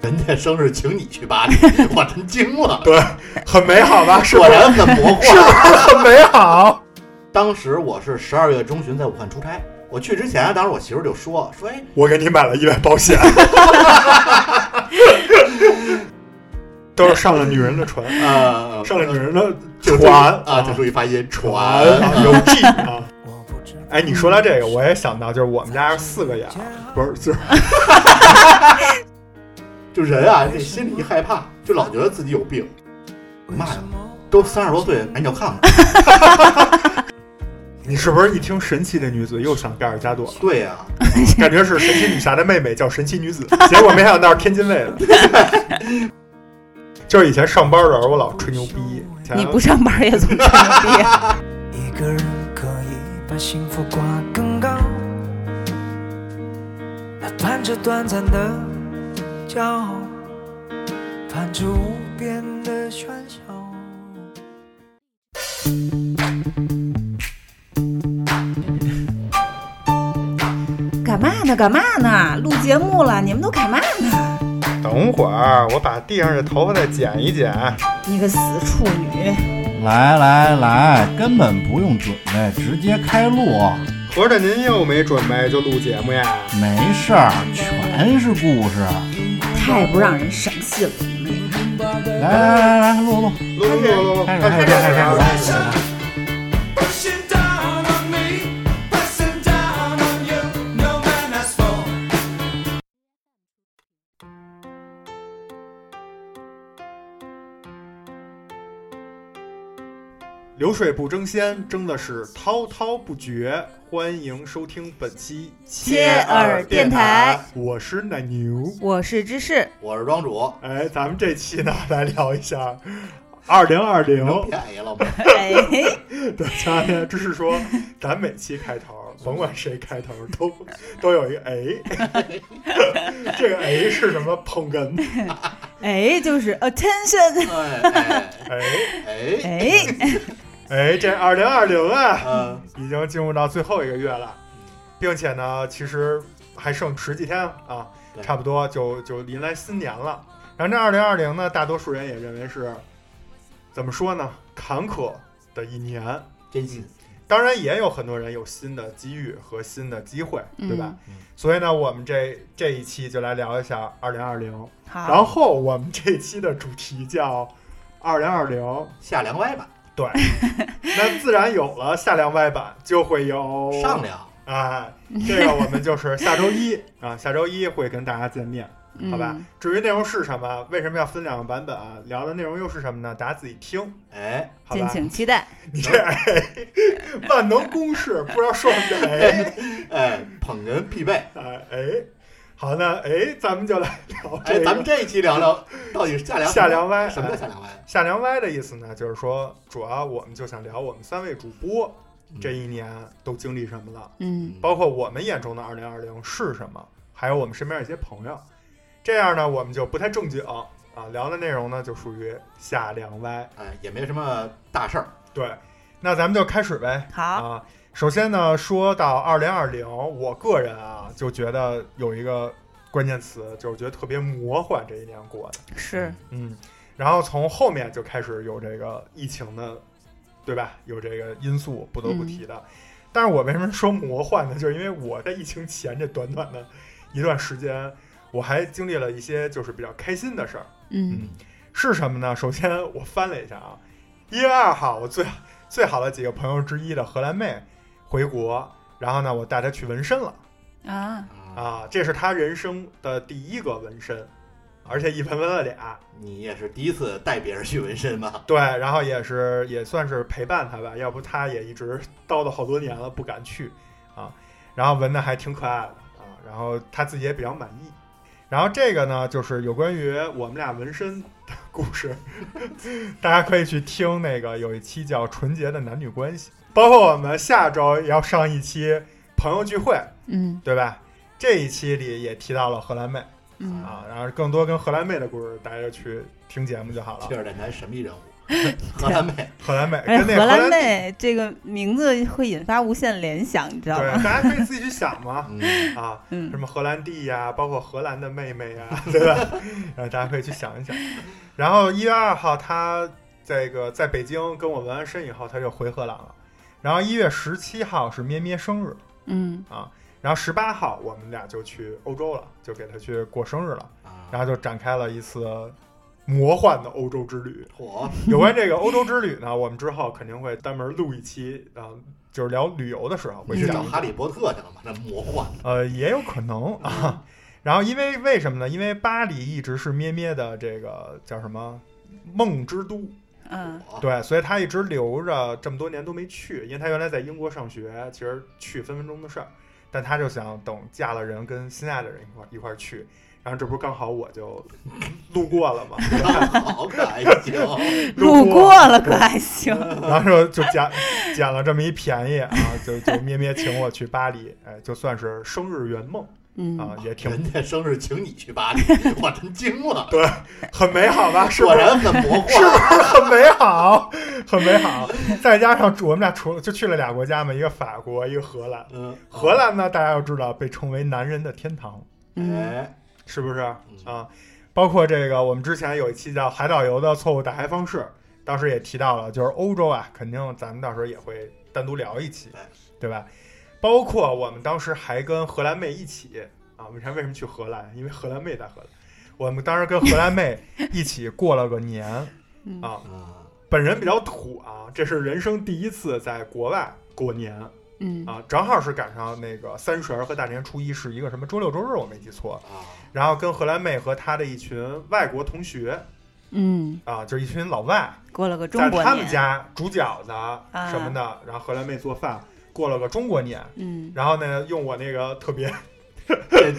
人家生日请你去巴黎， 我真惊了，对，很美好 吧？是果吧？然很魔是幻。不是很美好？当时我是十二月中旬在武汉出差，我去之前啊，当时我媳妇儿就说说，哎，我给你买了意外保 险，都是上了女人的船，呃，上了女人的就注意船啊，就注意发音，船船。有 G 啊。哎，你说到这个，我也想到，就是我们家是四个眼儿，不是，就是就人啊，这心里一害怕，就老觉得自己有病。妈呀，都三十多岁了，赶紧 要看看。你是不是一听神奇的女子又想盖尔加朵了？对呀、感觉是神奇女侠的妹妹叫神奇女子，结果没想到是天津卫啊 的。就是以前上班的时候，我老吹牛逼。以前你不上班也总吹牛逼。一个人可以把幸福挂更高，他盼着短暂的骄傲，盼着无边的喧嚣。干嘛呢？干嘛呢？录节目了，你们都干嘛呢？等会儿我把地上这头发再剪一剪。你个死处女！来来来，根本不用准备，直接开录。合着您又没准备就录节目呀？没事儿，全是故事。太不让人省心了，你们俩。来来来来，录录，录录录录录，开始开始开始开始。 Pushing down on me, pushing down on you, no man has fallen. 流水不争先，争的是滔滔不绝。欢迎收听本期切耳电台，我是奶牛。我是芝 士，我是庄主，哎，咱们这期呢来聊一下二零二零。能便宜了 吗？哎，对，前两天只是说，咱每期开头，甭管谁开头，都 都有一个哎， 这个哎是什么？捧哏哎，就是 attention，哎哎哎哎，哎，哎，这二零二零啊，嗯、已经进入到最后一个月了，并且呢，其实还剩十几天啊，对差不多就就迎来新年了。然后这二零二零呢，大多数人也认为是怎么说呢，坎坷的一年。真心当然也有很多人有新的机遇和新的机会，嗯对吧？所以呢，我们这这一期就来聊一下二零二零。好，然后我们这期的主题叫“二零二零下梁歪吧，”，对， 那自然有了下梁歪版，就会有上梁。啊。这个我们就是下周一啊，下周一会跟大家见面，嗯好吧？至于内容是什么，为什么要分两个版本啊？聊的内容又是什么呢？大家自己听，哎，好敬吧？请期待。你这、哎、万能公式，不知道说什么哎。哎，捧哏必备。哎哎，好，那哎，咱们就来聊这哎，个咱们这一期聊聊到底是下梁下梁歪啊什么叫下梁歪？下梁歪的意思呢，就是说，主要我们就想聊我们三位主播嗯这一年都经历什么了，嗯，包括我们眼中的二零二零是什么，还有我们身边一些朋友。这样呢，我们就不太正经啊，聊的内容呢就属于下梁歪。哎，也没什么大事儿。对，那咱们就开始呗。好，啊，首先呢，说到二零二零，我个人啊就觉得有一个关键词，就是觉得特别魔幻，这一年过的，是，嗯，然后从后面就开始有这个疫情的，对吧？有这个因素不得不提的。但是我为什么说魔幻呢？就是因为我在疫情前这短短的一段时间，我还经历了一些就是比较开心的事儿，嗯，是什么呢？首先我翻了一下啊， 一月二号，我最最好的几个朋友之一的荷兰妹回国，然后呢，我带她去纹身了啊，啊，啊，这是她人生的第一个纹身，而且一纹纹了俩，你也是第一次带别人去纹身吧？对，然后也是也算是陪伴她吧，要不她也一直 叨叨好多年了，不敢去啊，然后纹的还挺可爱的啊，然后她自己也比较满意。然后这个呢，就是有关于我们俩纹身的故事， 大家可以去听那个有一期叫《纯洁的男女关系》，包括我们下周也要上一期朋友聚会，嗯对吧？这一期里也提到了荷兰妹嗯，啊，然后更多跟荷兰妹的故事，大家就去听节目就好了 啊切。尔电台神秘人物，荷兰妹，荷兰妹，哎而跟且那哎荷兰兰妹这个名字会引发无限联想，你知道对吗？，大家可以自己去想嘛嗯，啊，嗯什，么荷兰弟呀、包括荷兰的妹妹呀、对吧？ 然后大家可以去想一想。然后一月二号，他这个在北京跟我纹完身以后，他就回荷兰了。然后一月十七号是咩咩生日，嗯，然后十八号我们俩就去欧洲了，就给他去过生日了，然啊，后就展开了一次魔幻的欧洲之旅。我有关这个欧洲之旅呢，我们之后肯定会专门录一期啊、就是聊旅游的时候会你去找讲。哈利波特去了吗？那魔幻，呃，也有可能啊。 然后因为为什么呢？因为巴黎一直是咩咩的这个叫什么梦之都，嗯，我对，所以他一直留着这么多年都没去，因为他原来在英国上学，其实去分分钟的事儿。但他就想等嫁了人，跟心爱的人一块儿一块儿去。然后这不是刚好我就路过了嘛，对吧好哎感情，路过了可还行？然后就捡捡了这么一便宜啊，就就咩咩请我去巴黎， 哎，就算是生日圆梦啊嗯，，也挺人家生日请你去巴黎，我真惊了，很美好吧？是不果是？然很魔幻， 很美好，很美好。再加上我们俩除了就去了俩国家嘛，一个法国，一个荷兰。嗯，荷兰呢，大家要知道被称为男人的天堂，嗯，哎，是不是嗯啊？包括这个，我们之前有一期叫《海岛游的错误打开方式》，当时也提到了，就是欧洲啊，肯定咱们到时候也会单独聊一期对，对吧？包括我们当时还跟荷兰妹一起啊，为啥为什么去荷兰？因为荷兰妹在荷兰，我们当时跟荷兰妹一起过了个年嗯啊，嗯，本人比较土啊，这是人生第一次在国外过年嗯，啊，正好是赶上那个三十儿和大年初一是一个什么周六周日，我没记错。啊，然后跟荷兰妹和她的一群外国同学嗯，啊，就是一群老外，过了个中在国他们年，家煮饺子什么的，然后荷兰妹做饭，过了个中国年。嗯， 然后呢，用我那个特别 这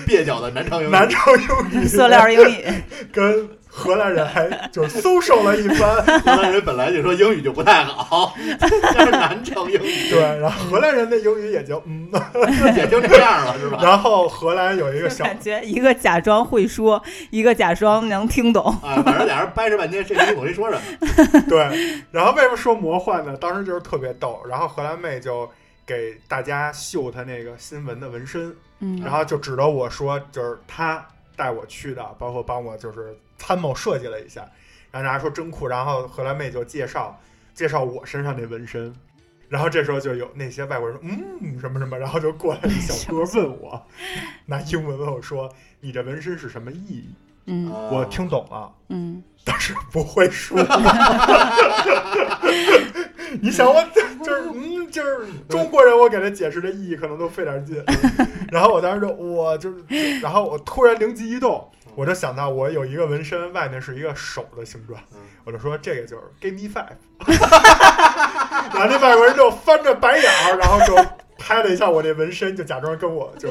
蹩脚的南昌英语，难唱英语，塑料英语，跟荷兰人还就是搜售了一番，荷兰人本来就说英语就不太好，加上南昌英语对，然后荷兰人的英语也就嗯， 也就这样了，是吧？然后荷兰有一个小感觉一个假装会说，一个假装能听懂，啊，反正俩人掰扯半天，这听懂谁说什么？ 对，然后为什么说魔幻呢？当时就是特别逗，然后荷兰妹就给大家秀她那个新闻的纹身，嗯然后就指着我说，就是她带我去的，包括帮我就是参谋设计了一下，然后大家说真酷，然后荷兰妹就介绍介绍我身上那纹身。然后这时候就有那些外国人说，嗯，什么什么，然后就过来一小哥问我，拿英文问我说：“你这纹身是什么意义嗯？”啊我听懂了，嗯，但是不会说。你想我就是嗯，就是中国人，我给他解释这意义可能都费点劲。 然后我当时就我就是，然后我突然灵机一动，我就想到我有一个纹身，外面是一个手的形状嗯，我就说这个就是 give me five。然后那外国人就翻着白眼儿，然后就拍了一下我这纹身，就假装跟我就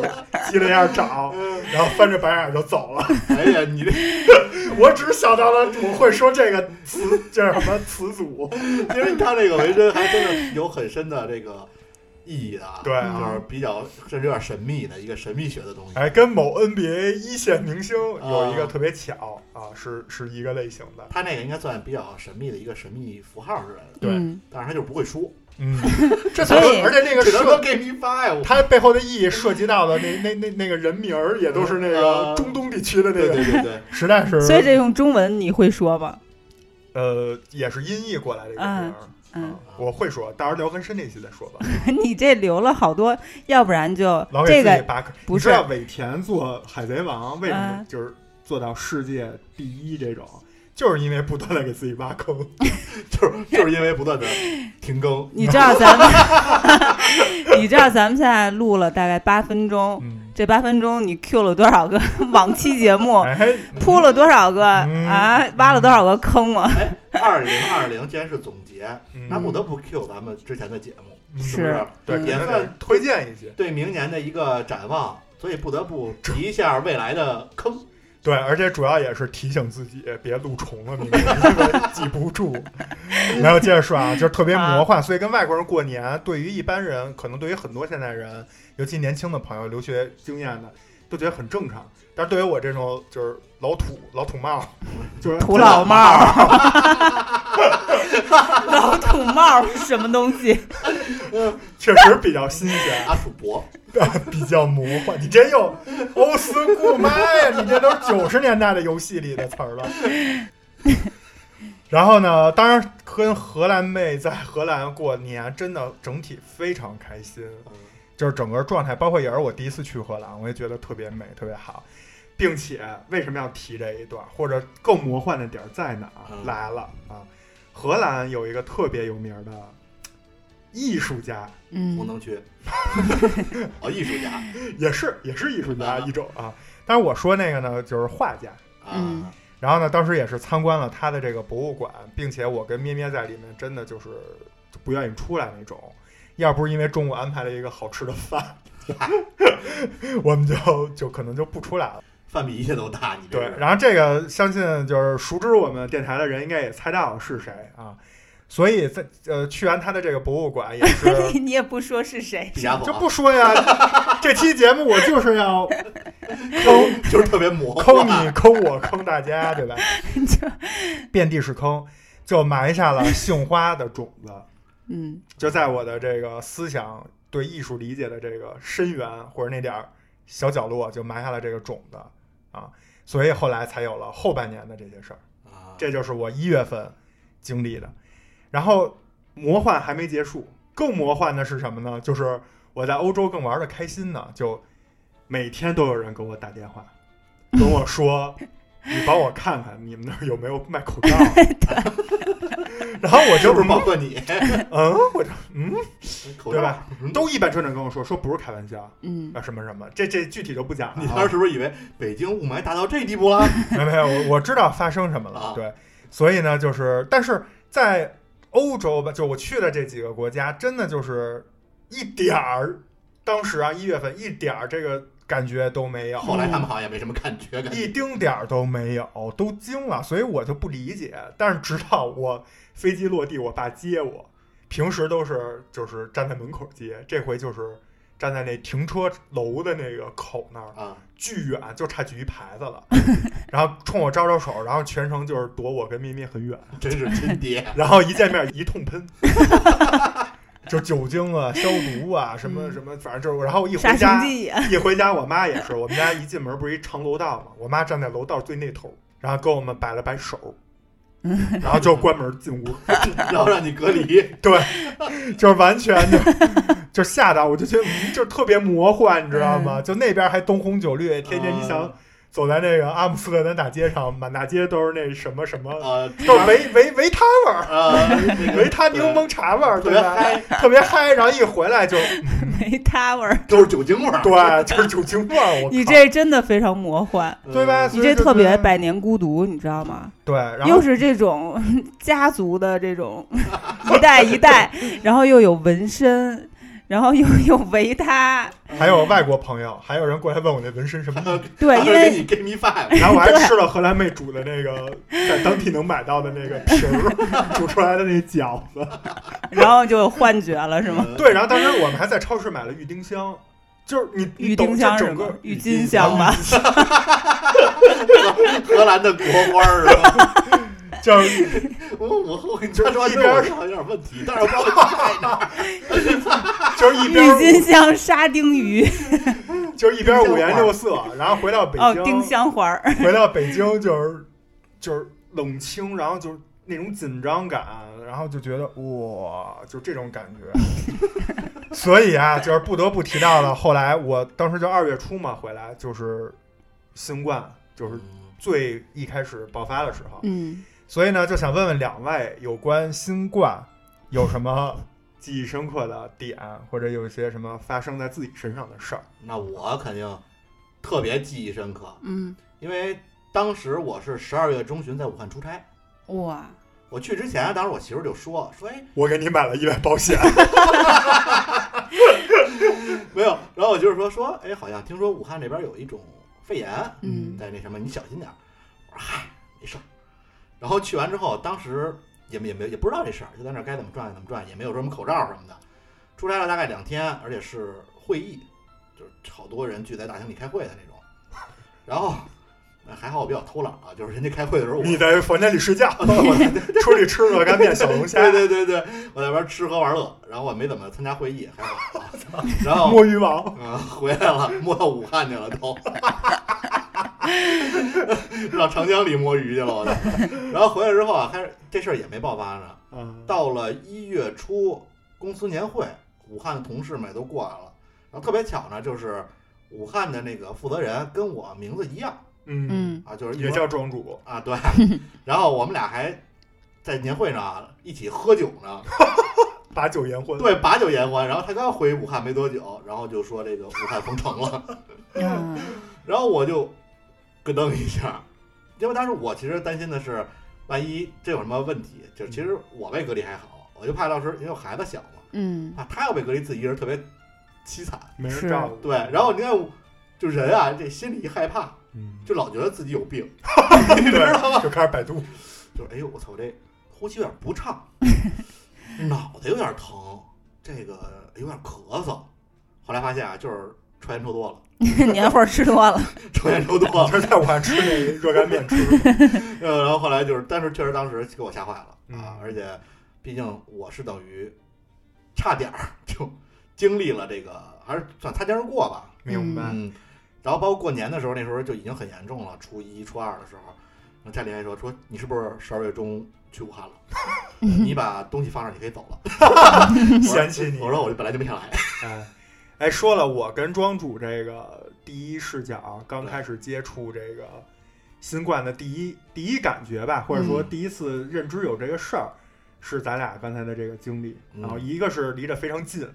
击了一下掌，然后翻着白眼儿就走了。哎呀，你这我只想到了我会说这个词，这是什么词组？因为他这个纹身还真的有很深的这个意义的啊，对啊就是比较甚至有点神秘的一个神秘学的东西。哎，跟某 NBA 一线明星有一个特别巧啊，是是一个类型的。他那个应该算比较神秘的一个神秘符号之类的，对嗯但是他就是不会说， 嗯，这所以而且那个只能说涉 give me five。它背后的意义涉及到的那那那那个人名儿也都是那个中东地区的那对个，对对对，实在是嗯所以这用中文你会说吗？呃也是音译过来的一个名儿。嗯啊，我会说，到时候聊纹身那期再说 吧。你这留了好多，要不然就嗯老给这自己个拔坑。不你知是道尾田做《海贼王》为什么啊就是做到世界第一这种，就是因为不断的给自己挖坑。 就是就是因为不断的停更，你知道咱们， 你知道咱们现在录了大概八分钟，嗯，这八分钟你 Q 了多少个 往期节目，哎，铺了多少个嗯啊，挖了多少个坑啊？哎二零二零既然是总结，那嗯不得不 Q 咱们之前的节目，是不是是？对，嗯也算推荐一些。对明年的一个展望，所以不得不提一下未来的坑。对，而且主要也是提醒自己别录重了，明年因为记不住。然后接着说啊，就是特别魔幻，所以跟外国人过年，对于一般人，可能对于很多现代人，尤其年轻的朋友，留学经验的，都觉得很正常。但是对于我这种就是老土老土帽，就是土老帽儿， 老土帽是什么东西？确实比较新鲜，阿土伯， 比较魔幻。你这又欧斯库妈呀！你这都是九十年代的游戏里的词儿了。 然后呢，当然跟荷兰妹在荷兰过年，真的整体非常开心，就是整个状态，包括也是我第一次去荷兰，我也觉得特别美，特别好。并且为什么要提这一段，或者更魔幻的点儿在哪儿嗯来了啊？荷兰有一个特别有名儿的嘖艺术家，功嗯，能 区，哦，艺术家也是也是艺术家啊一种啊。但是我说那个呢，就是画家。啊嗯，然后呢，当时也是参观了他的这个博物馆，并且我跟咩咩在里面真的就是就不愿意出来那种。要不是因为中午安排了一个好吃的饭， 我们就就可能就不出来了。范比一切都大，你这对，是然后这个相信就是熟知我们电台的人应该也猜到是谁啊。所以在呃去完他的这个博物馆也是 你你也不说是谁，毕加索就啊不说呀，这期节目我就是要坑就是特别啊魔坑幻，你、坑我、坑大家，对吧？遍地是坑，就埋下了杏花的种子，嗯就在我的这个思想对艺术理解的这个深渊或者那点儿小角落，就埋下了这个种子啊，所以后来才有了后半年的这些事儿。啊这就是我一月份经历的。然后魔幻还没结束，更魔幻的是什么呢？就是我在欧洲更玩的开心呢，就每天都有人给我打电话，跟我说：“你帮我看看你们那儿有没有卖口罩。”啊 然后我是就不是包括你？嗯，我就嗯，口对罩吧？？都一本正经跟我说说不是开玩笑嗯，啊，什么什么，这这具体就不讲了、啊。你当时是不是以为北京雾霾大到这地步了？ 没有没有，我我知道发生什么了啊。对，所以呢，就是但是在欧洲吧，就我去的这几个国家，真的就是一点儿，当时啊一月份一点儿这个感觉都没有，后来他们好像也没什么感觉，感觉一丁点儿都没有，都惊了，所以我就不理解。但是直到我飞机落地，我爸接我，平时都是就是站在门口接，这回就是站在那停车楼的那个口那儿。啊，巨远，就差举一牌子了， 然后冲我招招手，然后全程就是躲我跟咩咩很远，真是亲爹然后一见面一通喷， 就酒精啊、消毒啊、什么嗯什么，反正就是，然后一杀回虫家剂啊也，一回家，我妈也是，我们家一进门不是一长楼道嘛，我妈站在楼道最那头，然后跟我们摆了摆手，然后就关门进屋，然后让你隔 离，对，就是完全就就吓到，我就觉得嗯就特别魔幻，你知道嗯吗？就那边还灯红酒绿，天天你想走在那个阿姆斯特丹大街上，满大街都是那什么什么，呃，嗯都是维维维他味儿，呃，那个维他柠檬茶味儿，特对别吧？嗨，特别嗨，然后一回来就嗯没他味儿。都是酒精味儿，对，就是酒精味儿。我你靠这真的非常魔幻，嗯对吧？？你这特所以别就百年孤独，你知道吗？对，然又后是这种 家族的这种 一代一 代，然后又有纹身，然后又有维他，还有外国朋友，还有人过来问我那纹身什么意思。 对，因给为你 give me five，然后我还吃了荷兰妹煮的那个，在当地能买到的那个皮 儿煮出来的那饺子，然后就有幻觉了，是吗？对，然后当时我们还在超市买了郁丁香，就是你郁你懂金香这是整吗个？郁金香吧，荷兰的国花儿是吧？叫我我后跟你说，就是一对边我是好像有点问题，但是我不知道 在哪儿。就是一郁边金香、沙丁鱼，就是一边五颜六色，然后回到北哦，京丁，香环儿，回到北京就是就是冷清，然后就是那种紧张感，然后就觉得哇，就这种感觉。 所以啊，就是不得不提到了，后来我当时就二月初嘛回来，就是新冠就是最一开始爆发的时候， 嗯，所以呢，就想问问两位有关新冠有什么 记忆深刻的点，或者有一些什么发生在自己身上的事儿？那我肯定特别记忆深刻，嗯，因为当时我是十二月中旬在武汉出差，哇，我去之前，当时我媳妇儿就说说，哎，我给你买了意外保 险，没有。然后我就是说说，哎，好像听说武汉这边有一种肺炎，嗯在那什么，你小心点儿。我说嗨，没事儿。然后去完之后，当时也没也没也不知道这事儿，就在那儿该怎么转怎么转，也没有什么口罩什么的。出差了大概两天，而且是会议，就是好多人聚在大厅里开会的那种。然后呃还好我比较偷懒啊，就是人家开会的时候我，你在房间里睡觉， 我出去吃热干面、小龙虾、对对对对，我在外边吃喝玩乐，然后我没怎么参加会议，还好啊。 然后摸鱼王，啊，回来了，摸到武汉去了都， 到长江里摸鱼去了，我都。然后回来之后啊，开始这事儿也没爆发呢。嗯，到了一月初，公司年会，武汉的同事们也都过来了。然后特别巧呢，就是武汉的那个负责人跟我名字一样嗯，嗯，啊，就是一也模叫庄主，啊，对。然后我们俩还在年会上啊一起喝酒呢，把酒言欢，对，把酒言欢。然后他刚回武汉没多久，然后就说这个武汉封城了。嗯 然后我就咯噔一下， 因为当时我其实担心的是，万一这有什么问题，就是其实我被隔离还好，我就怕到时候因为我孩子小嘛，嗯，怕他要被隔离，自己一人特别凄惨。没人是照顾，对，然后你看，就人啊，这心里一害怕，嗯， 就老觉得自己有病，你知道吗？就开始 百度，就是哎呦，我操，我这呼吸有点不畅， 脑袋有点疼，这个有点咳嗽。后来发现啊，就是抽烟抽多了， 年会儿吃多了，抽烟抽多了，就是在武汉吃那热干面 吃的，呃，然后后来就是，但是确实当时给我吓坏了啊嗯！而且，毕竟我是等于差点儿就经历了这个，还是算擦肩而过吧。明白，嗯，然后包括过年的时候，那时候就已经很严重了，初一、初二的时候，然后家里还说说你是不是十二月中去武汉了？ 你把东西放这儿，你可以走了。 嫌弃你我，说我本来就没 想来，哎，哎，说了，我跟庄主这个第一视角刚开始接触这个新冠的第一第一感觉吧，或者说嗯第一次认知有这个事儿，是咱俩刚才的这个经历。嗯然后一个是离得非常近，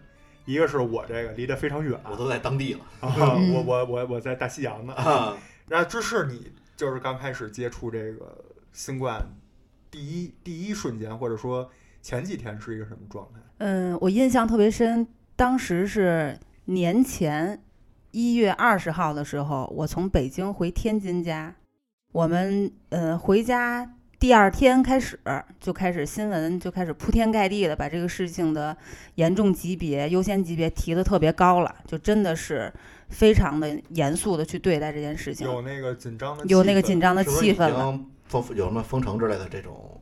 一个是我这个离得非常远。我都在当 地了 啊嗯我我我我在大西洋呢。啊。那芝士，你就是刚开始接触这个新冠第一第一瞬间，或者说前几天是一个什么状态？ 嗯，我印象特别深，当时是年前一月二十号的时候，我从北京回天津家，我们呃回家第二天开始就开始新闻就开始铺天盖地的把这个事情的严重级别、优先级别提的特别高了，就真的是非常的严肃的去对待这件事情，有那个紧张的， 有那个紧。张的是不是气已氛了。经封有什么封城之类的这种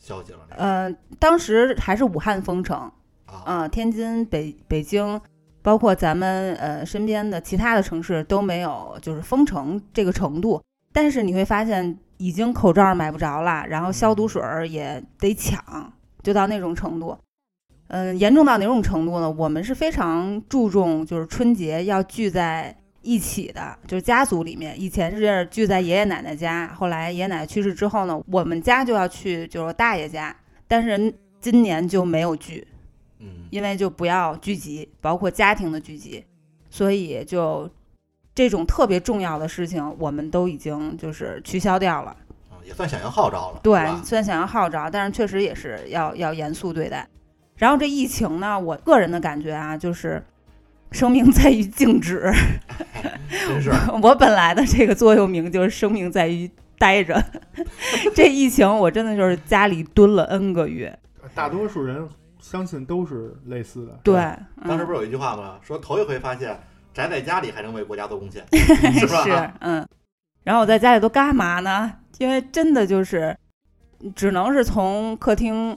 消息了？那个呃，当时还是武汉封城，啊，啊，天津、北北京，包括咱们呃身边的其他的城市都没有就是封城这个程度。但是你会发现，已经口罩买不着了，然后消毒水儿也得抢，就到那种程度。嗯，严重到哪种程度呢？我们是非常注重，就是春节要聚在一起的，就是家族里面。以前是聚在爷爷奶奶家，后来爷爷奶奶去世之后呢，我们家就要去就是我大爷家，但是今年就没有聚，嗯，因为就不要聚集，包括家庭的聚集，所以就这种特别重要的事情，我们都已经就是取消掉了。啊也算响应号召了，对是，吧虽然想要号召，但是确实也是要要严肃对待。然后这疫情呢，我个人的感觉啊，就是生命在于静止。 真是我本来的这个座右铭就是“生命在于待着”。 这疫情，我真的就是家里蹲了 N 个月。大多数人相信都是类似的。对，当时不是是有一句话吗？说头一回发现宅在家里还能为国家做贡 献，是是吧？嗯。然后我在家里都干嘛呢？因为真的就是，只能是从客厅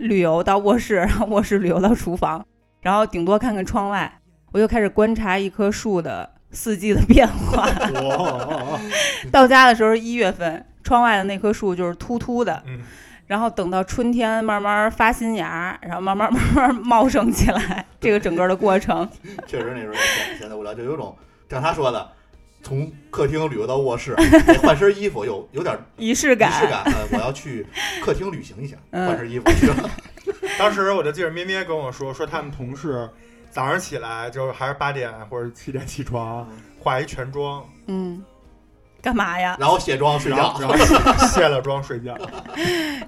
旅游到卧室， 卧室旅游到厨房，然后顶多看看窗外。我就开始观察一棵树的四季的变化。 哦 哇，到家的时候是一月份，窗外的那棵树就是秃秃的，嗯，然后等到春天慢慢发新芽，然后慢慢慢慢茂盛 起来，这个整个的过程。确实那时候闲闲得无聊，就有种像他说的，从客厅旅游到卧 室，得换身衣服，有有点仪式仪感，式感。呃我要去客厅旅行一下，嗯换身衣服去了。当时我就记着咩咩跟我说，说他们同事早上起来就是还是八点或者七点起床，化一全妆，嗯，干嘛呀？然后卸妆睡然觉后。然后 卸卸了妆睡觉。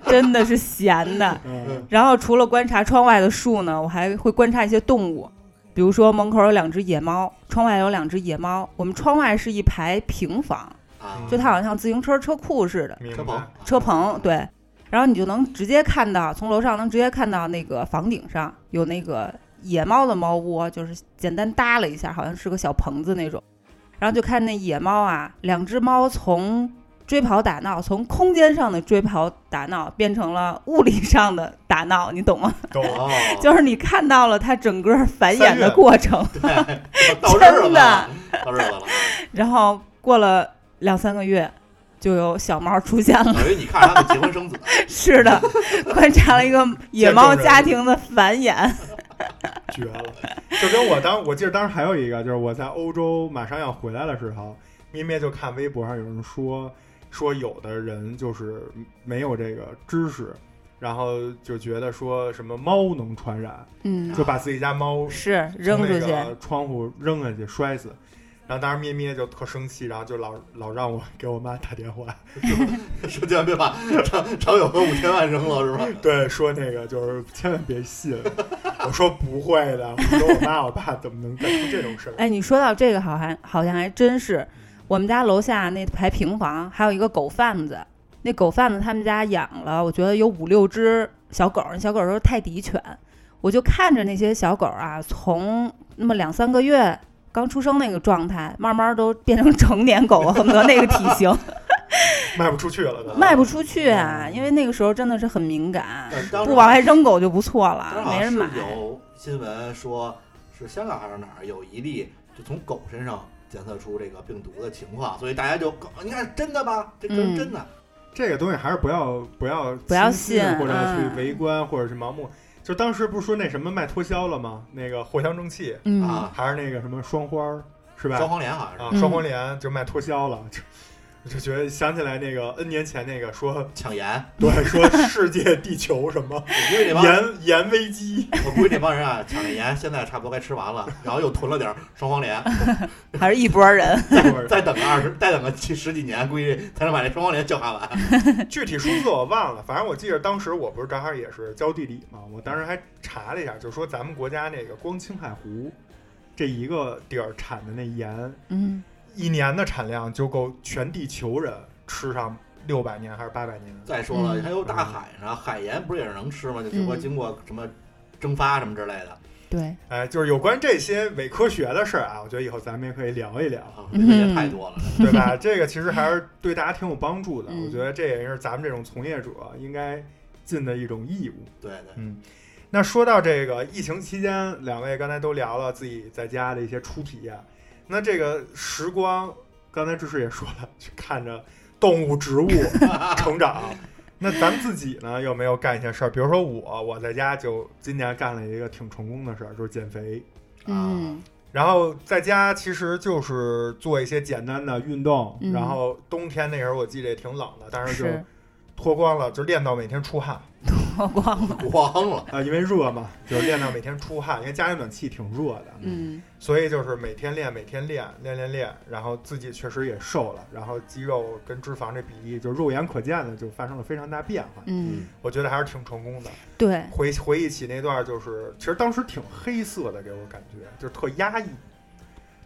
真的是闲的。嗯，然后除了观察窗外的树呢，我还会观察一些动物，比如说门口有两只野猫，窗外有两只野猫。我们窗外是一排平房，啊，就它好像像自行车车库似的嗯明车棚白。， 车棚，对。然后你就能直接看到，从楼上能直接看到那个房顶上有那个野猫的猫窝，就是简单搭了一下，好像是个小棚子那种。然后就看那野猫啊，两只猫从追跑打闹，从空间上的追跑打闹变成了物理上的打闹，你懂吗？懂了。哦，就是你看到了它整个繁三衍月的过程，到日子真了的，到日子了。 然后过了两三个月，就有小猫出现了。等于你看着他们结婚生子， 是 的，观察了一个野猫家庭的繁衍。绝了！就跟我当我记得当时还有一个，就是我在欧洲马上要回来的时候，咩咩就看微博上有人说说有的人就是没有这个知识，然后就觉得说什么猫能传染，嗯，就把自己家猫是扔从出那去。个窗户扔下去摔死。然后当时咩咩就特生气，然后就老老让我给我妈打电话，说千万别把常常有和五千万扔了，是吧？对，说那个就是千万别信。我说不会的，我说我妈我爸怎么能干出这种事儿？哎，你说到这个好还好像还真嗯是，我们家楼下那排平房还有一个狗贩子，那狗贩子他们家养了，我觉得有五六只小狗，小狗都是泰迪犬，我就看着那些小狗啊，从那么两三个月刚出生那个状态，慢慢都变成成年狗，恨不得那个体 型卖不出去了都。卖不出去啊，嗯因为那个时候真的是很敏感，但是当时不往外扔狗就不错当时了，嗯好像没人买啊是。有新闻说，是香港还是哪儿有一例，就从狗身上检测出这个病毒的情况，所以大家就哦你看真的吧，这这是真的。这个东西还是不要不要不不要信，信或者嗯去围观，或者是盲目。就当时不是说那什么卖脱销了吗？那个藿香正气，嗯，啊，还是那个什么双花儿，是吧？双黄连好像啊是，嗯双黄连就卖脱销了，就我就觉得想起来那个 N 年前那个 说，抢盐，对，说世界地球什么我估计那帮盐盐危 机，我估计那帮人啊，抢了盐，现在差不多该吃完了，然后又囤了点儿双黄连，还是一拨人。再等个二十，再等个七十几年，估计才能把这双黄连交换完。具体数字我忘了，反正我记得当时我不是正好也是教地理嘛，我当时还查了一下，就说咱们国家那个光青海湖这一个地儿产的那盐，嗯，一年的产量就够全地球人吃上六百年还是八百年。再说了，嗯还有大海呢，海盐不是也是能吃吗？就只不过经过什么蒸发什么之类的对。啊哎，就是有关这些伪科学的事儿啊，我觉得以后咱们也可以聊一聊，啊，这也太多了。对吧？这个其实还是对大家挺有帮助的，嗯我觉得这也是咱们这种从业者应该尽的一种义务。对对，嗯，那说到这个疫情期间，两位刚才都聊了自己在家的一些初体验。那这个时光，刚才知识也说了，去看着动物、植物 成长。那咱们自己呢，有没有干一些事儿？比如说我，我在家就今年干了一个挺成功的事儿，就是减肥。啊 嗯然后在家其实就是做一些简单的运动，嗯然后冬天那时候我记得也挺冷的，但是是就脱光了，就练到每天出汗。脱光了。光了，啊，因为热嘛，就是练到每天出汗，因为家里暖气挺热的，嗯所以就是每天练，每天练，练练练，然后自己确实也瘦了，然后肌肉跟脂肪这比例就肉眼可见的就发生了非常大变化，嗯，我觉得还是挺成功的。对，回回忆起那段，就是其实当时挺黑色的，给我感觉就是特压抑。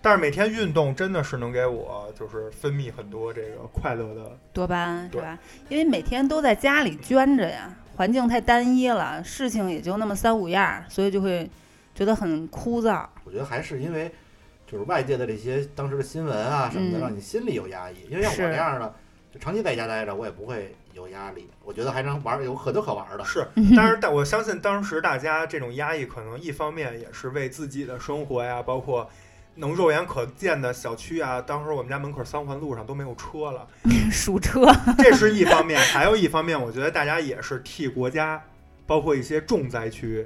但是每天运动真的是能给我就是分泌很多这个快乐的，多巴胺是对吧？因为每天都在家里捐着呀，环境太单一了，事情也就那么三五样儿，所以就会觉得很枯燥。 我觉得还是因为就是外界的这些当时的新闻啊什么的，嗯让你心里有压抑。因为像我是这样的，就长期在家待着，我也不会有压力。我觉得还能玩儿，有很多可玩儿的。是，但是但我相信当时大家这种压抑，可能一方面也是为自己的生活呀，包括能肉眼可见的小区啊。当时我们家门口三环路上都没有车了，数车， 这是一方面，还有一方面，我觉得大家也是替国家，包括一些重灾区，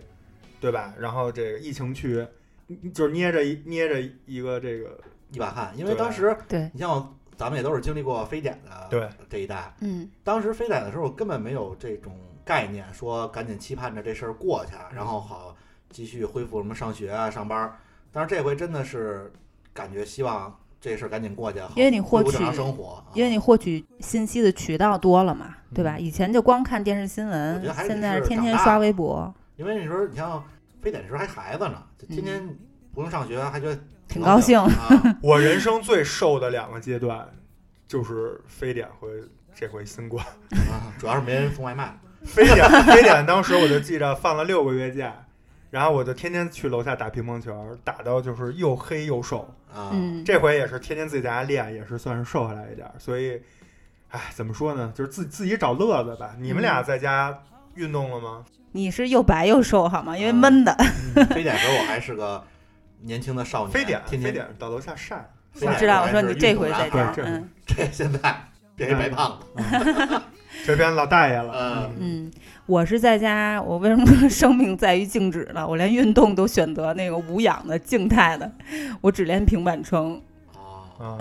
对吧？然后这个疫情区，就是捏着一捏着一个这个，一把汗，因为对当时对你像我咱们也都是经历过非典的对这一代，嗯当时非典的时候根本没有这种概念，说赶紧期盼着这事儿过去，啊然后好继续恢复什么上学啊、上班儿。但是这回真的是感觉希望这事儿赶紧过去，好因为你获恢复取正常生活啊，因为你获取信息的渠道多了嘛，对吧？以前就光看电视新我闻觉得还，是现在天长天大刷了微博，因为你说你像非典的时候还孩子呢，就天天不用上学，还觉得嗯挺高兴。 啊。我人生最受的两个阶段，就是非典和这回新冠。啊啊主要是没人送外卖，非典，非典当时我就记着放了六个月假，然后我就天天去楼下打乒乓球，打到就是又黑又瘦。啊，嗯，这回也是天天自己在家练，也是算是瘦下来一点儿。所以，哎，怎么说呢？就是自自己找乐子吧。你们俩在家运动了吗？你是又白又瘦好吗？因为闷嗯的，非典时候我还是个年轻的少年，非典， 天非天典到楼下晒。非我典知道。我还说是你运这动回在男对孩 家儿，这嗯这现在变嗯一白胖子，这边老大爷了，嗯嗯，我是在家，我为什么说生命在于静止呢？我连运动都选择那个无氧的静态的，我只练平板撑， 啊，啊，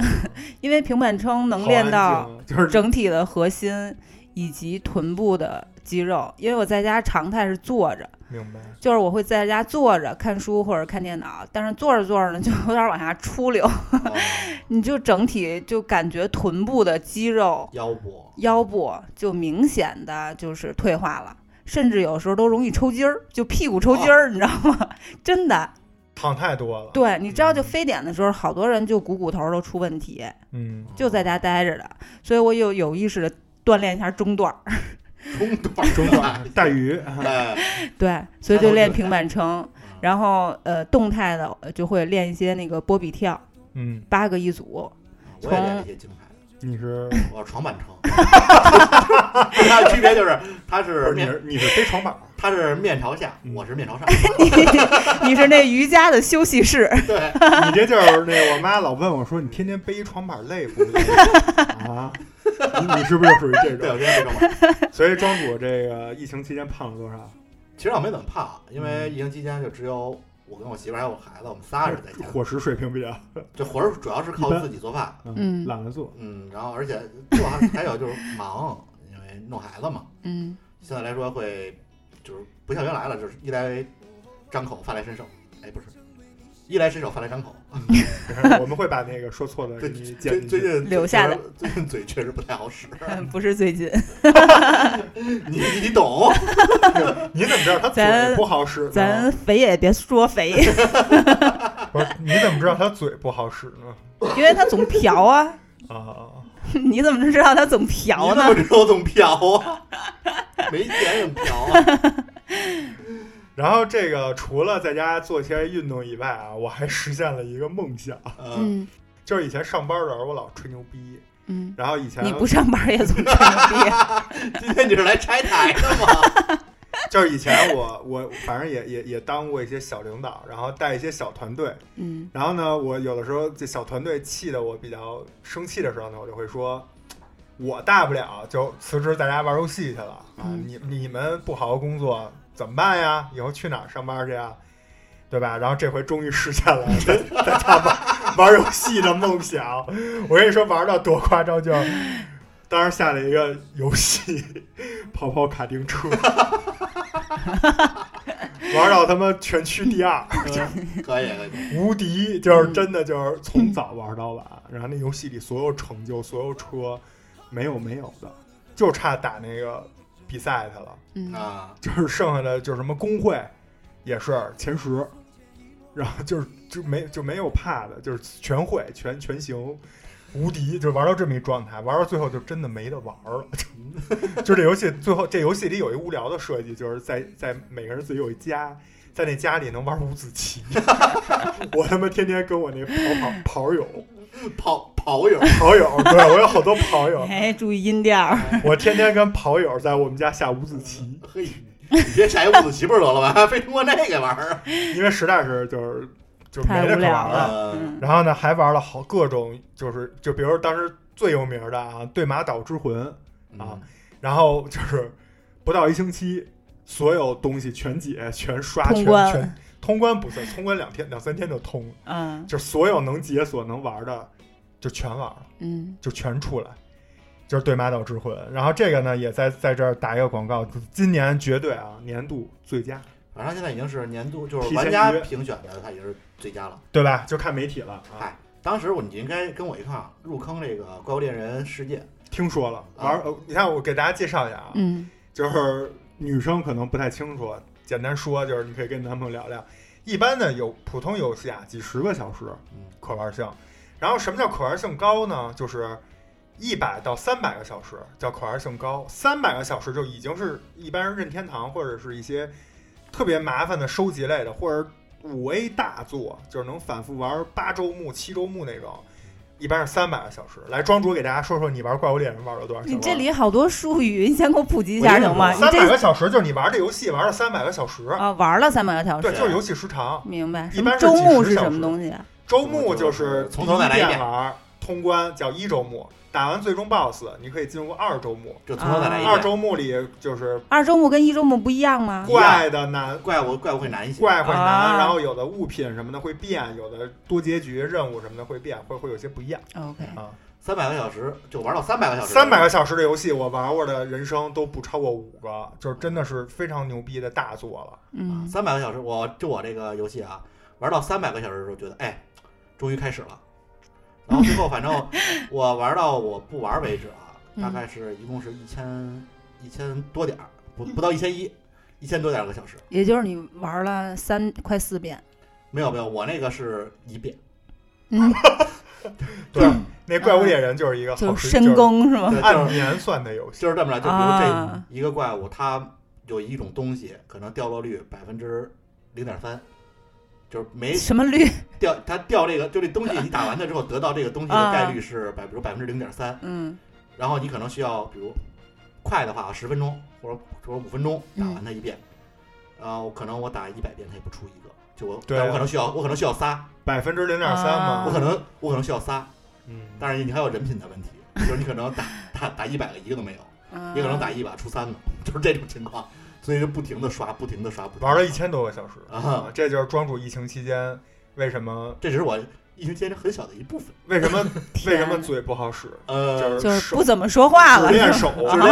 因为平板撑能好练安到静啊就是 整体的核心以及臀部的肌肉，因为我在家常态是坐着，明白。就是我会在家坐着看书或者看电脑，但是坐着坐着呢，就有点往下出溜，哦你就整体就感觉臀部的肌肉、腰部腰部就明显的就是退化了。甚至有时候都容易抽筋儿，就屁股抽筋儿，你知道吗？ 真的，躺太多了。，对，你知道，就嗯非典的时候，好多人就股骨头都出问题，嗯，就在家待着的。所以我有有意识的锻炼一下中段儿， 中段 中段带鱼，哎，对，所以都就练是平板撑，嗯然后呃动态的呃就会练一些那个波比跳，嗯，八个一组， 我也练了一些精彩的，你是我床板 撑，它的区别就是它不是是你面是你是飞床板儿？它是面朝下，嗯我是面朝上，你是那瑜伽的休息室，对，你这就是那个我妈老问我说你天天背一床板累不累啊？你你是不是就属于这对，我种？觉得这种。所以庄主这个疫情期间胖了多少？其实我没怎么胖，因为嗯疫情期间就只有我跟我媳妇儿还有我孩子，我们仨人在家。伙食水平比较，这活儿主要是靠自己做饭，嗯懒 得做，嗯，然后而且做还还有就是忙，因为弄孩子嘛，嗯，现在来说会就是不像原来了，就是衣来张口，饭来伸手。哎，不是，衣来伸手，饭来张口。我们会把那个说错的最给你最剪进最去。近留下的，最近嘴确实不太好使， 不是最近，你你 懂。你怎么知道他嘴咱不好使呢？啊咱肥也别说肥， 不是你怎么知道他嘴不好使呢？因为他总瓢啊，啊，你怎么知道他总瓢你呢怎？么知道我怎么嫖啊？ 没钱怎么嫖啊？然后这个除了在家做一些运动以外啊，我还实现了一个梦想，嗯， 嗯就是以前上班的时候我老吹牛逼，嗯，然后以前你不上班也总吹牛 逼，呃今天你是来拆台的 吗？就是以前我我反正也也也当过一些小领导，然后带一些小团队，嗯然后呢，我有的时候这小团队气得我比较生气的时候呢，我就会说，我大不了就辞职在家玩游戏去了啊，嗯你你们不好好工作怎么办呀？以后去哪儿上班去呀？对吧？然后这回终于实现了 在在家玩玩游戏的梦想。我跟你说，玩到多夸张就，当时下了一个游戏 《跑跑卡丁 车》，玩到他妈全区第二。可以可以。无敌，就是真的就是从早玩到晚，然后那游戏里所有成就、所有车，没有没有的，就差打那个比赛去了，嗯，啊，就是剩下的就是什么工会，也是前十，然后就是就没就没有怕的，就是全会全全行。无敌就玩到这么一状态，玩到最后就真的没得玩了。 就就这游戏最后，这游戏里有一无聊的设计，就是在在每个人自己有一家，在那家里能玩五子棋。 我他妈天天跟我那跑跑跑友跑跑友，跑友，对我有好多跑友， 哎，注意音调，我天天跟跑友在我们家下五子棋， 嘿，你别下一屋子棋不是得了吧？ 非通过那个玩儿。因为实在是就是就太没得无可聊玩了。嗯，嗯然后呢，还玩了好各种，就是就比如当时最有名的啊，《对马岛之魂》嗯啊，然后就是不到一星期，所有东西全解、全刷、通全关全通关不算，通关两天两三天就通了，嗯就是所有能解锁能玩的就全玩了。嗯，就全出来，就是对马岛之魂。然后这个呢，也在在这儿打一个广告，今年绝对啊年度最佳，反正现在已经是年度，就提是前玩家预约评选的，它也是最佳了。对吧？就看媒体了啊。嗨，当时我你应该跟我一块儿入坑这个《怪物猎人世界》听说了，玩、呃你看我给大家介绍一下啊，嗯就是女生可能不太清楚，简单说就是你可以跟男朋友聊聊。一般的有普通游戏啊，几十个小时嗯，可玩性。然后什么叫可玩性高呢？就是一百到三百个小时叫可玩性高，三百个小时就已经是一般任天堂或者是一些特别麻烦的收集类的，或者五 A 大作，就是能反复玩八周目、七周目那种，一般是三百个小时。来，庄主给大家说说你玩《怪物猎人》玩了多少小时？你这里好多术语，你先给我普及一下行吗？你哦三百这个小时就是你玩这游戏玩了三百个小时，啊玩了三百个小时对，，就是游戏时长。明白？一什么般是周目几十是小什么时东西啊？周目就是从头再来第一一遍遍玩通关叫一周目，打完最终 BOSS，你可以进入二周目。就从头再来一二遍。周目里就是二周目跟一周目不一样吗？怪的难怪物怪物会难一些，怪会难，啊然后有的物品什么的会变，有的多结局任务什么的会变，会会有些不一样。 OK，三百个小时就玩到三百个小时，三百个小时的游戏，我玩过的人生都不超过五个，就是真的是非常牛逼的大作了。嗯，啊三百个小时，我就我这个游戏啊，玩到三百个小时的时候觉得，哎，终于开始了。然后最后反 正我玩到我不玩为止啊，嗯大概是一共是一千一千多点儿，不不到一千一，一千多点儿个小时。也就是你玩了三快四遍，没有没有，我那个是一遍，嗯，对，那怪物猎人就是一个啊好啊就时是深，耕是吗？对按就是年算的游戏。就是这么着。就比如啊，这一个怪物，它有一种东西，可能掉落率百分之零点三，就是没什么绿？掉它掉这个，就这东西你打完它之后得到这个东西的概率是啊百，比如百分之零点三。嗯然后你可能需要，比如快的话十分钟或者或者五分钟嗯打完它一遍，然后可能我打一百遍它也不出一个，就我对但我可能需要我可能需要仨，百分之零点三嘛，啊我可能我可能需要仨，嗯，但是你还有人品的问 题，就是你可能打打打一百个一个都没有，嗯，也可能打一把出三个， 就是这种情况，所以就不停的刷，不停的刷，不停地玩了一千多个小时啊，这就是庄主疫情期间为什么这只是我疫情期间很小的一部分，为什 么为天什么嘴不好使，呃，是就是手不怎么说话了只？练 手，啊就练手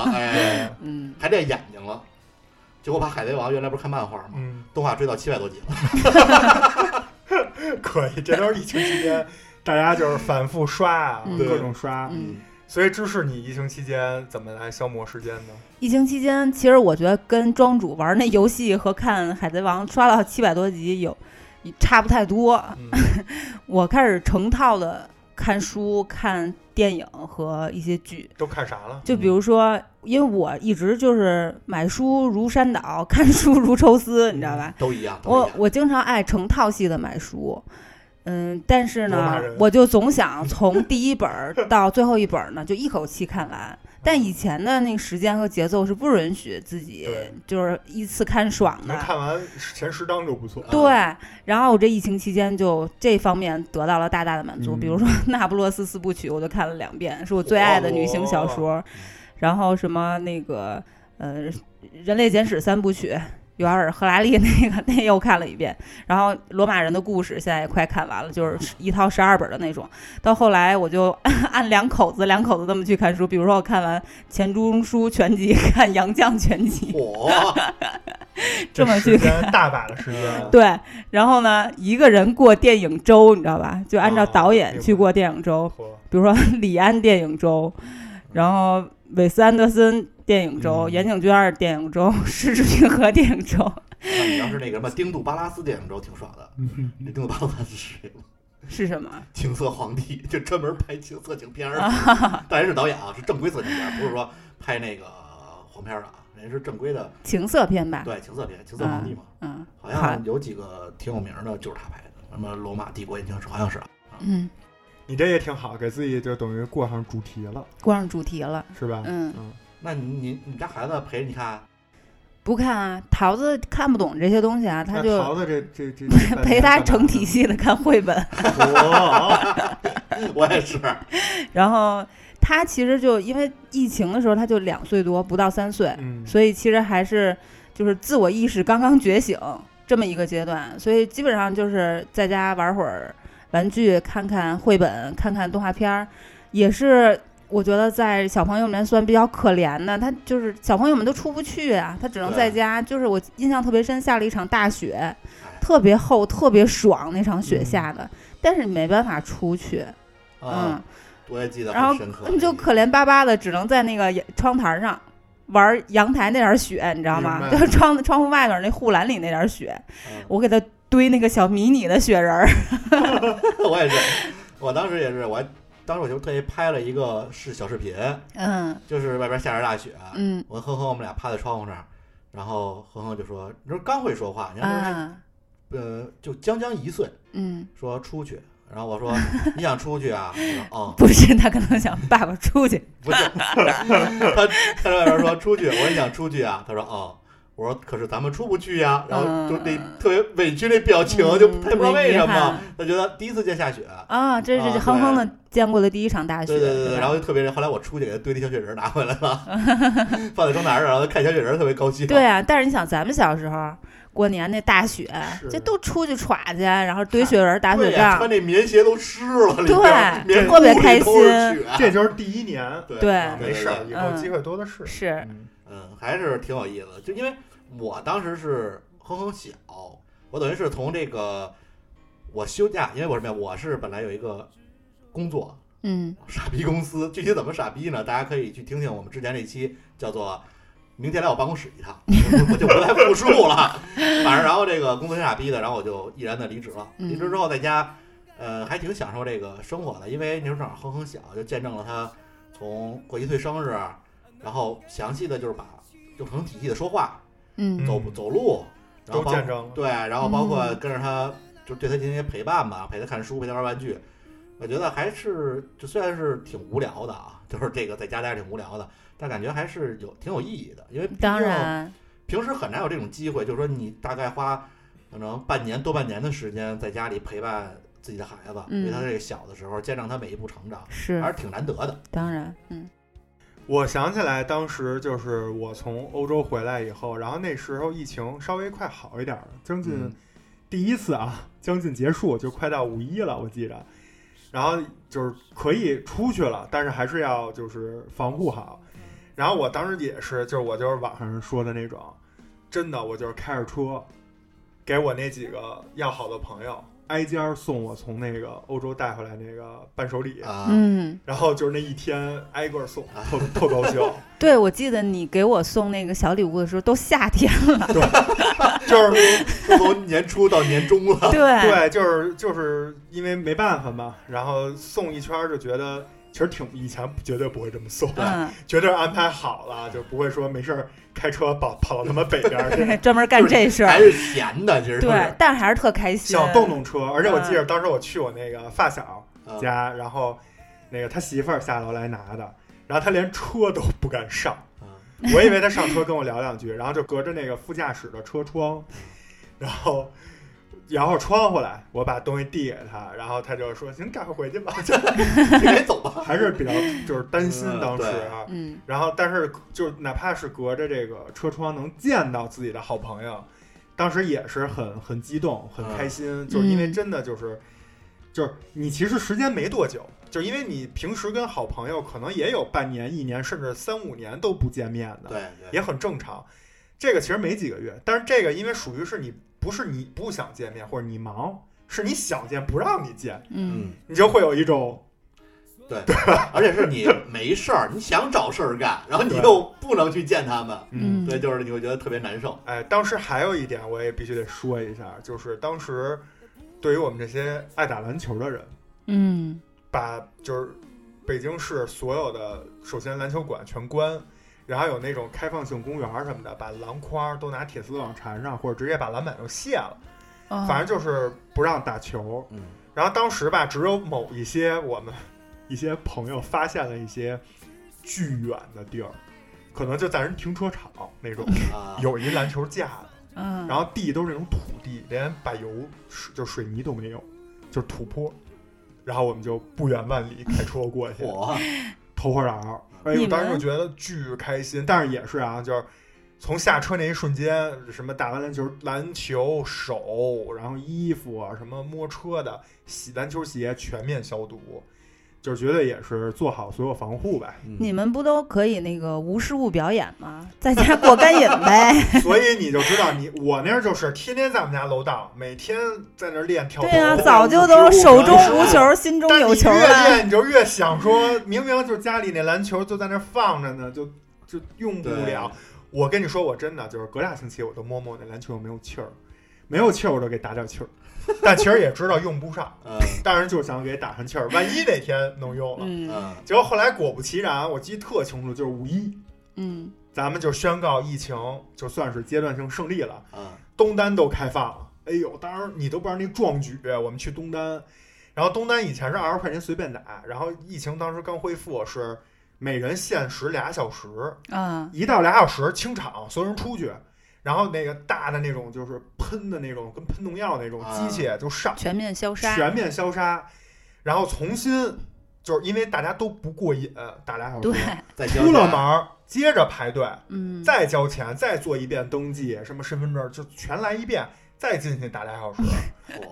了，哎，嗯，还练眼睛了，结果把《海贼王》原来不是看漫画吗？嗯，动画追到七百多集了。可以，这都是疫情期间，大家就是反复刷啊，嗯各种刷。嗯所以，芝士，你疫情期间怎么来消磨时间呢？疫情期间，其实我觉得跟庄主玩那游戏和看《海贼王》刷到七百多集有差不太多。嗯， 我开始成套的看书、看电影和一些剧，都看啥了？就比如说，因为我一直就是买书如山倒， 看书如抽丝，你知道吧？都一样，都我一样。我经常爱成套系的买书，嗯，但是罗马呢人，我就总想从第一 本儿到最后一本儿呢，就一口气看完。但以前的那个时间和节奏是不允许自己对就是依次看爽的能，看完前十章就不错。啊对，然后我这疫情期间就这方面得到了大大的满足，嗯比如说《那不勒斯四部曲》，我就看了两遍，是我最爱的女性小说。然后什么那个呃，《人类简史》三部曲，尤瓦尔·赫拉利那个那又看了一遍。然后《罗马人的故事》现在也快看完了，就是一套十二本的那种。到后来我就 按两口子两口子这么去看书，比如说我看完《钱钟书全集》，看《杨绛全集》，我这么去时间大把的时 间。啊对，然后呢，一个人过电影周，你知道吧？就按照哦导演明去白过电影周，嚯比如说 李安电影周，然后韦斯安德森电影周、嗯岩井俊二电影周、石之平和电影周，你要是那个什么丁杜巴拉斯电影周挺爽的，那丁杜巴拉斯是谁吗？是什么？情色皇帝就专门拍情色情片儿， 但人是导演啊，是正规色情片儿，不是说拍那个黄片儿啊，人家是正规的，情色片吧？对情色片，情色皇帝嘛，啊嗯好好像有几个挺有名的，就是他拍的，什么罗马帝国引擎是好像是啊，嗯，你这也挺好，给自己就等于过上主题了，过上主题了。是吧？嗯，那你你你家孩子陪着你看，啊不看啊，桃子看不懂这些东西啊，他那就 桃子这这这这陪他成体。系的看绘本。 哇， 我也是，哎然后他其实就因为疫情的时候，他就两岁多，不到三岁，嗯，所以其实还是就是自我意识刚刚觉醒这么一个阶段，所以基本上就是在家玩会儿玩具，看看绘本，看看动画片儿，也是我觉得在小朋友们算比较可怜的，他就是小朋友们都出不去啊，他只能对在家。就是我印象特别深，下了一场大雪，哎特别厚，特别爽，那场雪嗯下的，但是没办法出去，嗯啊，，我也记得然后很深刻，他们就可怜巴巴的，只能在那个阳窗台上玩阳台那点儿雪，你知道吗？明就白是窗窗户外边那护栏里那点儿雪，嗯我给他堆那个小迷你的雪人儿。 我也是，我当时也是，我还当时我就特意拍了一个是小视频，嗯就是外边下着大雪，嗯我和哼哼我们俩趴在窗户上，然后恒恒就说：“你说刚会说话，你看啊，这呃，就将将一岁，嗯，说出去。”然后我 说：“你想出去啊？”我说：“嗯，不是，他可能想爸爸 出去，不是。”他他在外边说：“出去。”我说：“你想出去啊？”他说：“哦。”我说：“可是咱们出不去呀。”然后就那嗯特别委屈那表情，就他也不知道为什么，嗯他觉得第一次见下雪，啊，这啊是对哼哼的见过的第一场大雪，对对对吧对，然后就特别，后来我出去给他堆了一小雪人拿回来了，放在窗台上，然后他看小雪人特别高兴。对啊，但是你想，咱们小时候过年那大雪是，这都出去耍去，然后堆雪人、打雪对呀仗穿，那棉鞋都湿了，里边对棉特别裤里开都是心雪这就是第一年，对对啊没事儿，以后嗯机会多的是。是，嗯嗯，还是挺有意思的。就因为我当时是哼哼小，我等于是从这个我休假，因为我什么呀？我是本来有一个工作，嗯傻逼公司，具体怎么傻逼呢？大家可以去听听我们之前那期叫做“明天来我办公室一趟”，我就不再复述了。反正然后这个工作挺傻逼的，然后我就毅然的离职了。嗯离职之后在家，呃，还挺享受这个生活的，因为那时候正好哼哼小，就见证了他从过一岁生日，然后详细的就是把就成体系的说话、嗯走走路，然后都包见证了。对，然后包括跟着他，就对他进行一些陪伴吧，陪他看书，陪他玩玩具。我觉得还是就虽然是挺无聊的啊， 就是这个在家待着挺无聊的，但感觉还是有挺有意义的，因为毕当竟然，平时很难有这种机会，就是说你大概花可能半年多半年的时间在家里陪伴自己的孩子，因为嗯他这个小的时候见证他每一步成长，是还是挺难得的。当然，嗯我想起来，当时就是我从欧洲回来以后，然后那时候疫情稍微快好一点了，将近嗯第一次啊，将近结束，就快到五一了，我记着。然后就是可以出去了，但是还是要就是防护好。然后我当时也是，就是我就是网上说的那种，真的，我就是开着车，给我那几个要好的朋友挨家儿送我从那个欧洲带回来那个伴手礼，啊， 嗯，然后就是那一天挨个儿送，特特高兴。 对，我记得你给我送那个小礼物的时候都夏天了，就是都从年初到年终了，对，啊对，就是就是因为没办法嘛，然后送一圈儿就觉得其实挺以前绝对不会这么送，嗯，绝对是安排好了，就不会说没事儿开车跑跑到他妈北边儿去，对专门干这事还儿，是闲的，其实对，但是还是特开心，想动动车。而且我嗯记得当时我去我那个发小嗯家，然后那个他媳妇儿下楼来拿的，然后他连车都不敢上，啊我以为他上车跟我聊两句，然后就隔着那个副驾驶的车窗，然后摇后窗户来，我把东西递给他，然后他就说：“行，赶快回去吧。”就你别走吧，还是比较就是担心当时啊。嗯然后，但是就哪怕是隔着这个车窗能见到自己的好朋友，当时也是很很激动、很开心，就是因为真的就是就是你其实时间没多久，就是因为你平时跟好朋友可能也有半年、一年，甚至三五年都不见面的，对对也很正常。这个其实没几个月，但是这个因为属于是你不是你不想见面，或者你忙，是你想见不让你见，嗯，嗯。你就会有一种而且是你没事儿，你想找事儿干，然后你对又不能去见他们，嗯对，就是你会觉得特别难受。哎，当时还有一点我也必须得说一下，就是当时对于我们这些爱打篮球的人，嗯把就是北京市所有的首先篮球馆全关，然后有那种开放性公园儿什么的，把篮筐都拿铁丝网缠上，或者直接把篮板都卸了，哦反正就是不让打球。嗯，然后当时吧，只有某一些我们一些朋友发现了一些巨远的地儿，可能就在人停车场那种啊，有一篮球架子。嗯，然后地都是那种土地，连柏油水就水泥都没有，就是土坡。然后我们就不远万里开车过 去，火，啊头破脑。哎呦，你们当时就觉得巨开心，但是也是啊，就是从下车那一瞬间，什么打完篮球，篮球手，然后衣服啊，什么摸车的，洗篮球鞋全面消毒，就是觉得也是做好所有防护 呗。嗯你们不都可以那个无实物表演吗？在家过干瘾 呗。所以你就知道你，我那儿就是天天在我们家楼道，每天在那儿练跳投。对呀、练早就舞都之舞手然中后无球，心中但有球你越了。练你就越想说，明明就家里那篮球就在那儿放着呢，就就用不对了。我跟你说，我真的就是隔俩星期我都摸摸我那篮球有没有气儿，没有气儿我就给打点 气儿，但其实也知道用不上，嗯当然就是想给打上气儿，万一哪天能用了。嗯嗯结果后来果不其然，我记得特清楚，就是五一嗯咱们就宣告疫情就算是阶段性胜利了，啊，东单都开放了。哎呦，当时你都不知道那壮举，我们去东单，然后东单以前是二十块钱随便打，然后疫情当时刚恢复是每人限时俩小时，嗯一到俩小时清场，所有人出去，然后那个大的那种就是喷的那种跟喷农药那种机器就上，全面消杀，全面消杀，然后重新就是因为大家都不过瘾，打俩小对时，，再出了门儿接着排队，嗯，再交钱，再做一遍登记，什么身份证就全来一遍，再进去打俩小 时。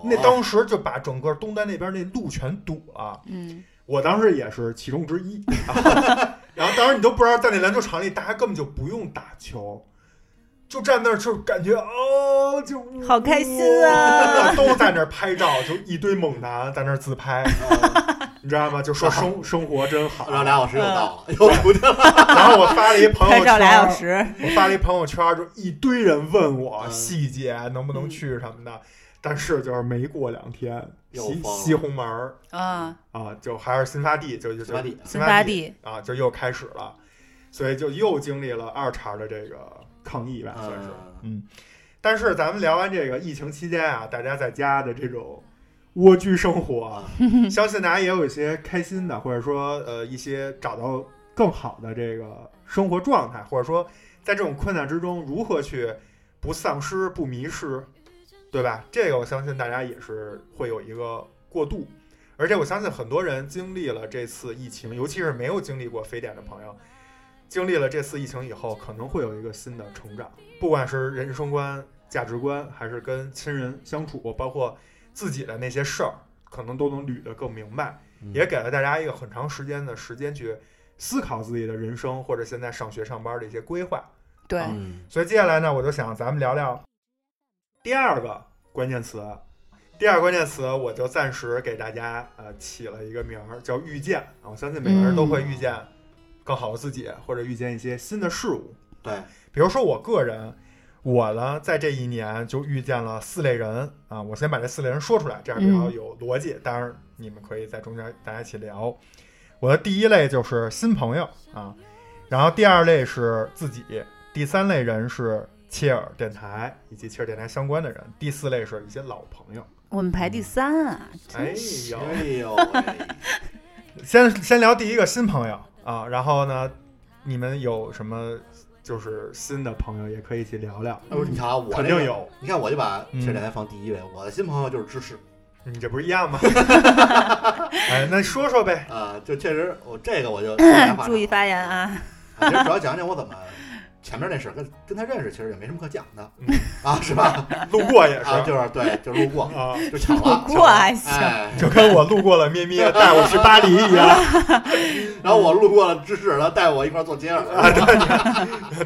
那当时就把整个东单那边那路全堵了，嗯我当时也是其中之 一。然后当时你都不知道，在那篮球场里，大家根本就不用打球，就站那儿就感觉哦，就好开心啊！ 都在那儿拍照，就一堆猛男在那儿自拍，哦，你知道吗？ 就说生生活真好。然后俩小时又到嗯了，哎又出去了。然后我发了一朋拍友照圈，俩小时，我发了一朋友圈儿，就一堆人问我嗯细节能不能去什么的，但是就是没过两天，又西疯了西红门儿啊，啊，就还是新发地，就就新发地就森新巴发地蒂，啊，就又开始了，所以就又经历了二茬儿的这个抗议吧，算是。嗯但是咱们聊完这个疫情期间啊，大家在家的这种蜗居生活啊，相信大家也有一些开心的，或者说呃一些找到更好的这个生活状态，或者说在这种困难之中如何去不丧失、不迷失，对吧？这个我相信大家也是会有一个过渡。而且我相信很多人经历了这次疫情，尤其是没有经历过非典的朋友，经历了这次疫情以后，可能会有一个新的成长，不管是人生观、价值观，还是跟亲人相处，包括自己的那些事儿，可能都能捋得更明白，嗯也给了大家一个很长时间的时间去思考自己的人生，或者现在上学上班的一些规划。对，嗯所以接下来呢，我就想咱们聊聊第二个关键词。第二个关键词，我就暂时给大家呃起了一个名儿，叫遇见。啊我相信每个人都会遇见更好的自己，或者遇见一些新的事物。对，比如说我个人，我呢在这一年就遇见了四类人啊，我先把这四类人说出来，这样比较嗯有逻辑。当然，你们可以在中间大家一起聊。我的第一类就是新朋友啊，然后第二类是自己，第三类人是切尔电台以及切尔电台相关的人，第四类是一些老朋友。我们排第三啊，哎真是呦，哎呦喂，先先聊第一个新朋友啊，然后呢，你们有什么就是新的朋友也可以一起聊聊，要不你瞧啊我肯这定个，有。嗯你看我就把这两台放第一位，我的新朋友就是芝士你这不是一样吗？ 哎，那说说呗。啊，就确实我这个我 就没法注意讲发言啊，啊其实主要讲讲我怎么前面那事儿跟跟他认识，其实也没什么可讲的嗯啊，是吧？路过也是啊，就是对，就路过啊，就巧了，路过巧了还行哎就跟我路过了咩咩带我去巴黎一样， 然后我路过了芝士，然后带我一块儿坐街上啊，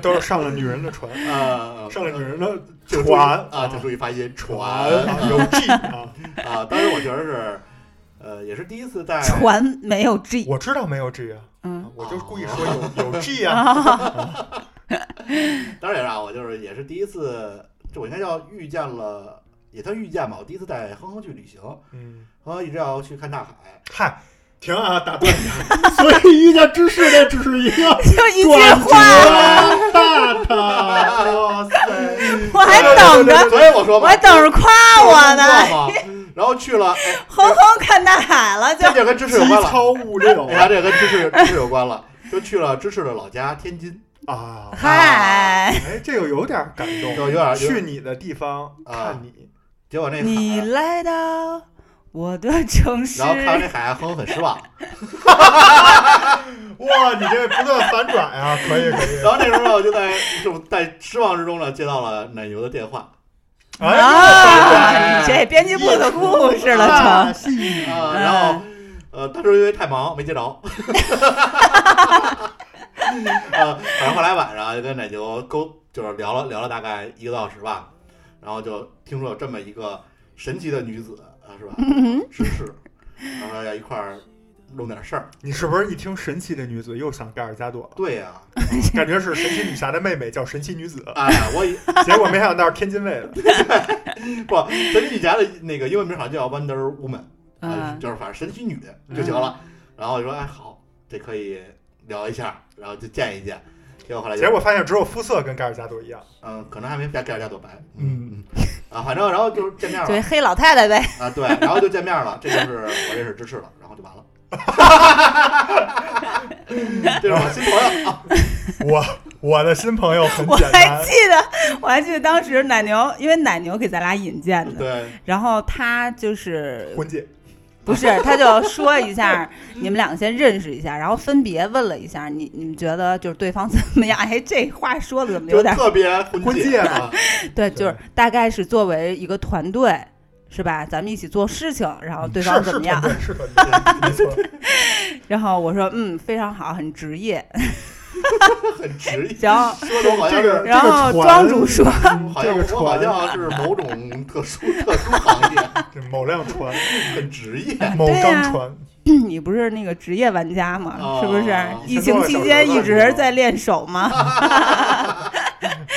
都是上了女人的船，呃上了女人的就注意船啊，就注意发音船船啊有 G 啊。啊。当时我觉得是，呃，也是第一次在船没有 G，我知道没有 G 啊，嗯我就故意说有有 G 啊。啊，当然啊，我就是也是第一次，就我应该叫遇见了，也算遇见吧。我第一次带哼哼去旅行，嗯，哼哼一直要去看大海，嗨，停啊，打断你啊。 所以遇见知识，那只是一个就一句转折话，大大，哇 塞！我还等着，所以我说我嘛，还等着夸我呢，呢。然后去了，哎，哼哼看大海了就这，就跟知识有机关了。超物六啊哎呀，这个跟芝士芝士有关了，就去了芝士的老家天津，啊！嗨，哎，这个有点感动，有有点去你的地方啊看你，结果那个你海，来到我的城市然，后看完这海，哼哼很失望。哇，你这不断反转 啊，可以可以，然后那时候我就在就在失望之中呢，接到了奶牛的电话哎，啊，你这编辑部的故事了成。啊、然后呃，当时因为太忙没接着，呃，反正后来晚上就跟奶牛沟就是聊了聊了大概一个多小时吧，然后就听说有这么一个神奇的女子啊，是吧？芝士，然后要一块儿弄点事儿。你是不是一听神奇的女子又想盖尔加 朵了？对呀、感觉是神奇女侠的妹妹叫神奇女子，哎呀，我以结果没想到是天津卫的。不神奇女侠的那个英文名好像叫 Wonder Woman，啊，嗯，就是反正神奇女就行了。然后我就说，哎，好，这可以聊一下，然后就见一见。结果后来就结果发现只有肤色跟盖尔加朵一样。嗯，可能还没盖盖尔加朵白，嗯啊，反正然后就是见面就一了黑老太太呗。 啊，对，然后就见面了，这就是我认识芝士了，然后就完 了。这是我新朋友啊，嗯我我的新朋友很我简还单记，得，我还记得当时奶牛，因为奶牛给咱俩引荐的，对，然后他就是婚戒。不是，他就说一下你们两个先认识一下，然后分别问了一下你你们觉得就是对方怎么样？ 哎，这话说的怎么有就点特别婚婚戒嘛啊，对，就是大概是作为一个团队。是吧？咱们一起做事情，然后对方是怎是么样团？队是团队，没 错。然后我说，嗯，非常好，很职业。 很直译，行，说的我好像这个嗯是然后庄主说，好这像个我好船，像是某种特 殊特殊行业，这某辆船，很职业。 某对钢啊船，你不是那个职业玩家吗？哦是不是哦？疫情期间一直在练手吗？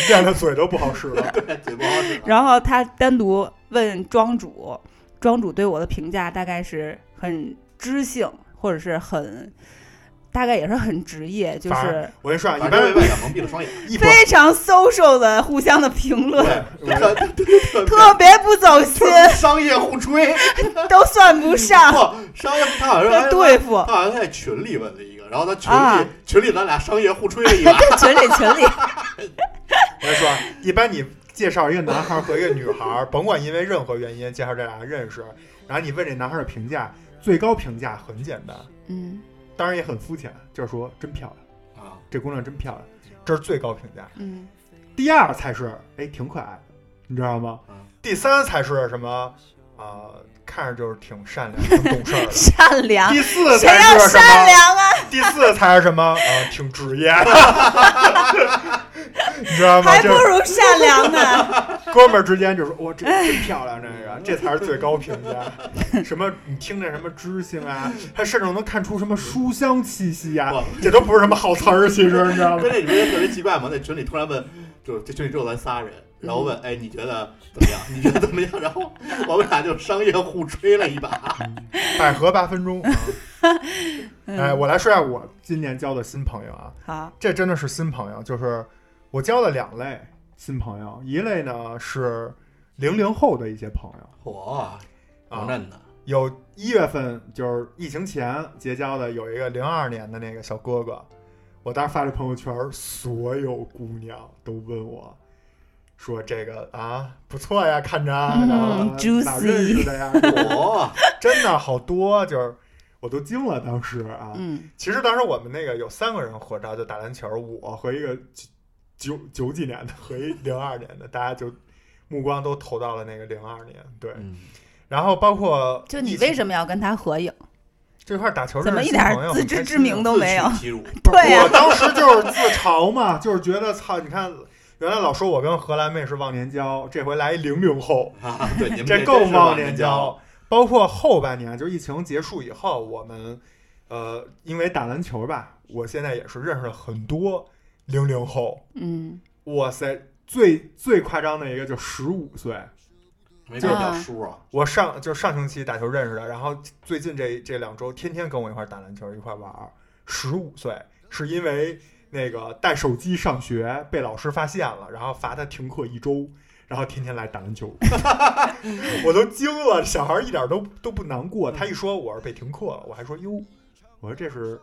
练的嘴都不好使了。嘴不好使。啊然后他单独问庄主，庄主对我的评价大概是很知性，或者是很，大概也是很职业，就反是而我跟你说，啊，一反般正被外蒙蔽了双眼，一般非常 social 的互相的评论，对，特特特别不走心，特商业互吹，都算 不上不，商业他好像的是对付 他。好像在群里问了一个，然后他群啊里群里咱俩商业互吹了一把， 群里群里，我跟你说啊，一般你介绍一个男孩和一个女孩，甭管因为任何原因介绍这俩人认识，然后你问这男孩的评价，最高评价很简单， 嗯当然也很肤浅，就是说真漂亮，啊，这姑娘真漂亮，这是最高评价。嗯，第二才是哎挺可爱的，你知道吗嗯？第三才是什么啊、看着就是挺善良、挺懂事 儿的。善良，第四谁才要是什善么？良啊？第四才是什么？啊，挺职业的， 你知道吗？还不这如善良呢。 哥们儿之间就说：“哇，这真漂亮，这 个这才是最高评价。什么你听着什么知性啊，嗯他甚至能看出什么书香气息啊，哇这都不是什么好词儿，其实你知道吗 跟？这你不觉得特别奇怪吗？那群里突然问，就是这群里只有咱仨人，然后问，哎，你觉得怎么样？你觉得怎么样？ 然后我们俩就商业互吹了一把，百合八分钟。啊嗯哎，我来说一下我今年交的新朋友啊，好，这真的是新朋友，就是我交了两类新朋友，一类呢是零零后的一些朋友嚯，王啊，震的，有一月份就是疫情前结交的，有一个零二年的那个小哥哥，我当时发这朋友圈，所有姑娘都问我。说这个啊不错呀，看着啊，嗯然后啊哪儿认识的呀？嚯，真的好多，就是我都惊了，当时啊，嗯其实当时我们那个有三个人合照，就打篮球，我和一个九九九几年的和一零二年的，大家就目光都投到了那个零二年。对，嗯，然后包括就你为什么么要跟他合影？这块打球怎么一点儿自知之明的？都没有？自取其辱， 对呀我当时就是自嘲嘛，就是觉得操，你看原来老说我跟荷兰妹是忘年交，这回来一零零后，啊，对，你们这真更是忘年年交。。包括后半年，就是疫情结束以后，我们呃，因为打篮球吧，我现在也是认识了很多零零后。嗯，哇塞，最最夸张的一个就十五岁，没准儿叫叔啊，我上就上星期打球认识的，然后最近这这两周天天跟我一块儿打篮球，一块儿玩儿。十五岁是因为那个带手机上学被老师发现了，然后罚他停课一周，然后天天来打篮球， 我都惊了。小孩儿一点都都不难过，他一说我是被停课了，我还说哟，我说这是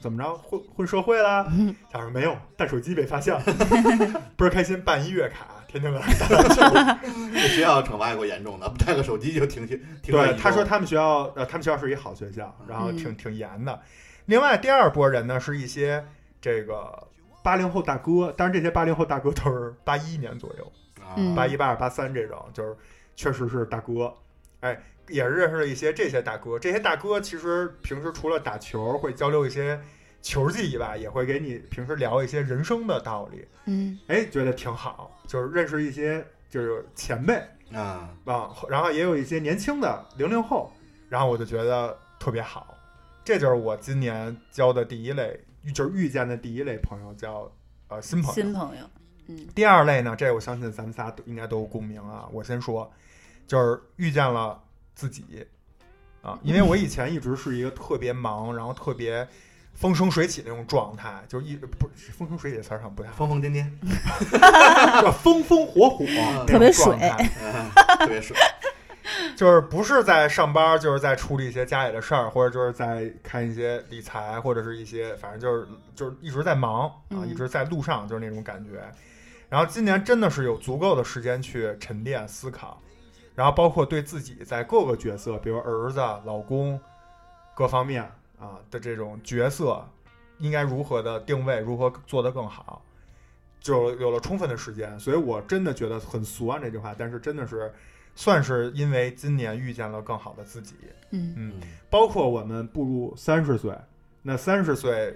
怎么着混混社会啦？嗯他说没有，带手机被发现了， 倍儿开心，办一月卡，天天来打篮球。这学校惩罚也够严重的，带个手机就停学，停了一对，周他说他们学校，呃，他们学校是一好学校，然后挺挺严的。另外，第二波人呢是一些这个八零后大哥，当然这些八零后大哥都是八一年左右，啊嗯八一、八二、八三这种，就是确实是大哥。哎，也认识了一些这些大哥，这些大哥其实平时除了打球会交流一些球技以外，也会给你平时聊一些人生的道理。嗯，哎，觉得挺好，就是认识一些就是前辈。啊，啊，然后也有一些年轻的零零后，然后我就觉得特别好，这就是我今年交的第一类，就是遇见的第一类朋友，叫呃新朋友。新朋友，嗯第二类呢，这我相信咱们仨都应该都有共鸣啊。我先说，就是遇见了自己啊，因为我以前一直是一个特别忙，然后特别风生水起那种状态，就一不是风生水起的词儿上 不太好，疯疯癫癫，叫风风火火嗯那特别种状态， 嗯特别是就是不是在上班，就是在处理一些家里的事儿，或者就是在看一些理财，或者是一些反正就是就是一直在忙啊，嗯一直在路上，就是那种感觉。然后今年真的是有足够的时间去沉淀思考，然后包括对自己在各个角色，比如儿子、老公各方面啊的这种角色，应该如何的定位，如何做得更好，就有了充分的时间。所以我真的觉得很俗啊这句话，但是真的是算是因为今年遇见了更好的自己，嗯嗯，包括我们步入三十岁，那三十岁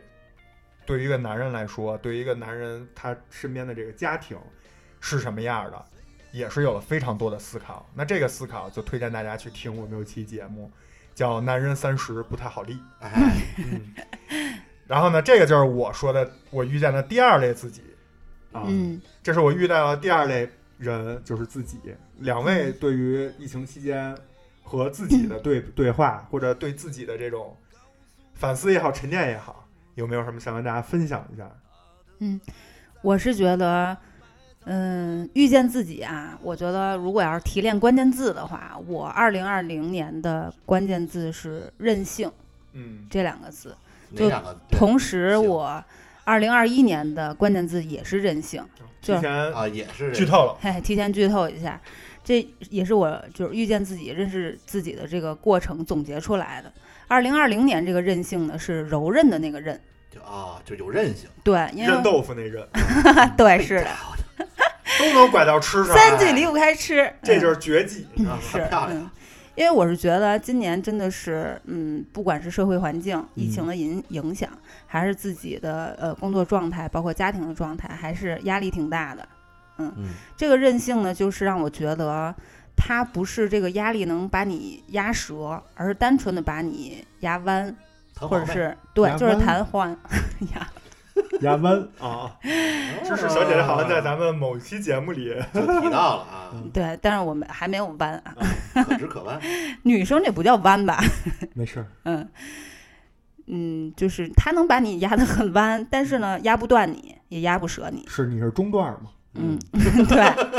对于一个男人来说，对于一个男人他身边的这个家庭是什么样的，也是有了非常多的思考。那这个思考就推荐大家去听我们有一期节目，叫《男人三十不太好 立》。哎， 嗯，然后呢，这个就是我说的我遇见的第二类自己啊，嗯这是我遇到的第二类人，就是自己。两位嗯对于疫情期间和自己的 对对话，或者对自己的这种反思也好、沉淀也好，有没有什么想跟大家分享一下？我是觉得，嗯，遇见自己啊，我觉得如果要是提炼关键字的话，我二零二零年的关键字是任性嗯这两个字。哪两个？同时，行我二零二一年的关键字也是任哦性。之前啊，也是剧透了，嘿，提前剧透一下，这也是我就是遇见自己、认识自己的这个过程总结出来的。二零二零年这个任性呢，是柔韧的那个韧，就啊，就有韧性，嗯对，因认为豆腐那人 对是的，都能拐到吃上，三句离不开吃，嗯这就是是绝技。 啊，是很漂亮，嗯。因为我是觉得今年真的是，嗯，不管是社会环境、疫情的影影响，还是自己的呃工作状态，包括家庭的状态，还是压力挺大的。嗯，这个韧性呢，就是让我觉得它不是这个压力能把你压折，而是单纯的把你压弯，很或好者呗是对压，就是弯弹簧压。压弯啊！ 知识小姐姐好像在咱们某期节目里，嗯就提到了 啊，对，但是我们还没有弯啊，可直可弯，女生这不叫弯吧？没事儿，嗯嗯，就是它能把你压得很弯，但是呢，压不断你，也压不折你。是你是中段嘛？嗯， 对，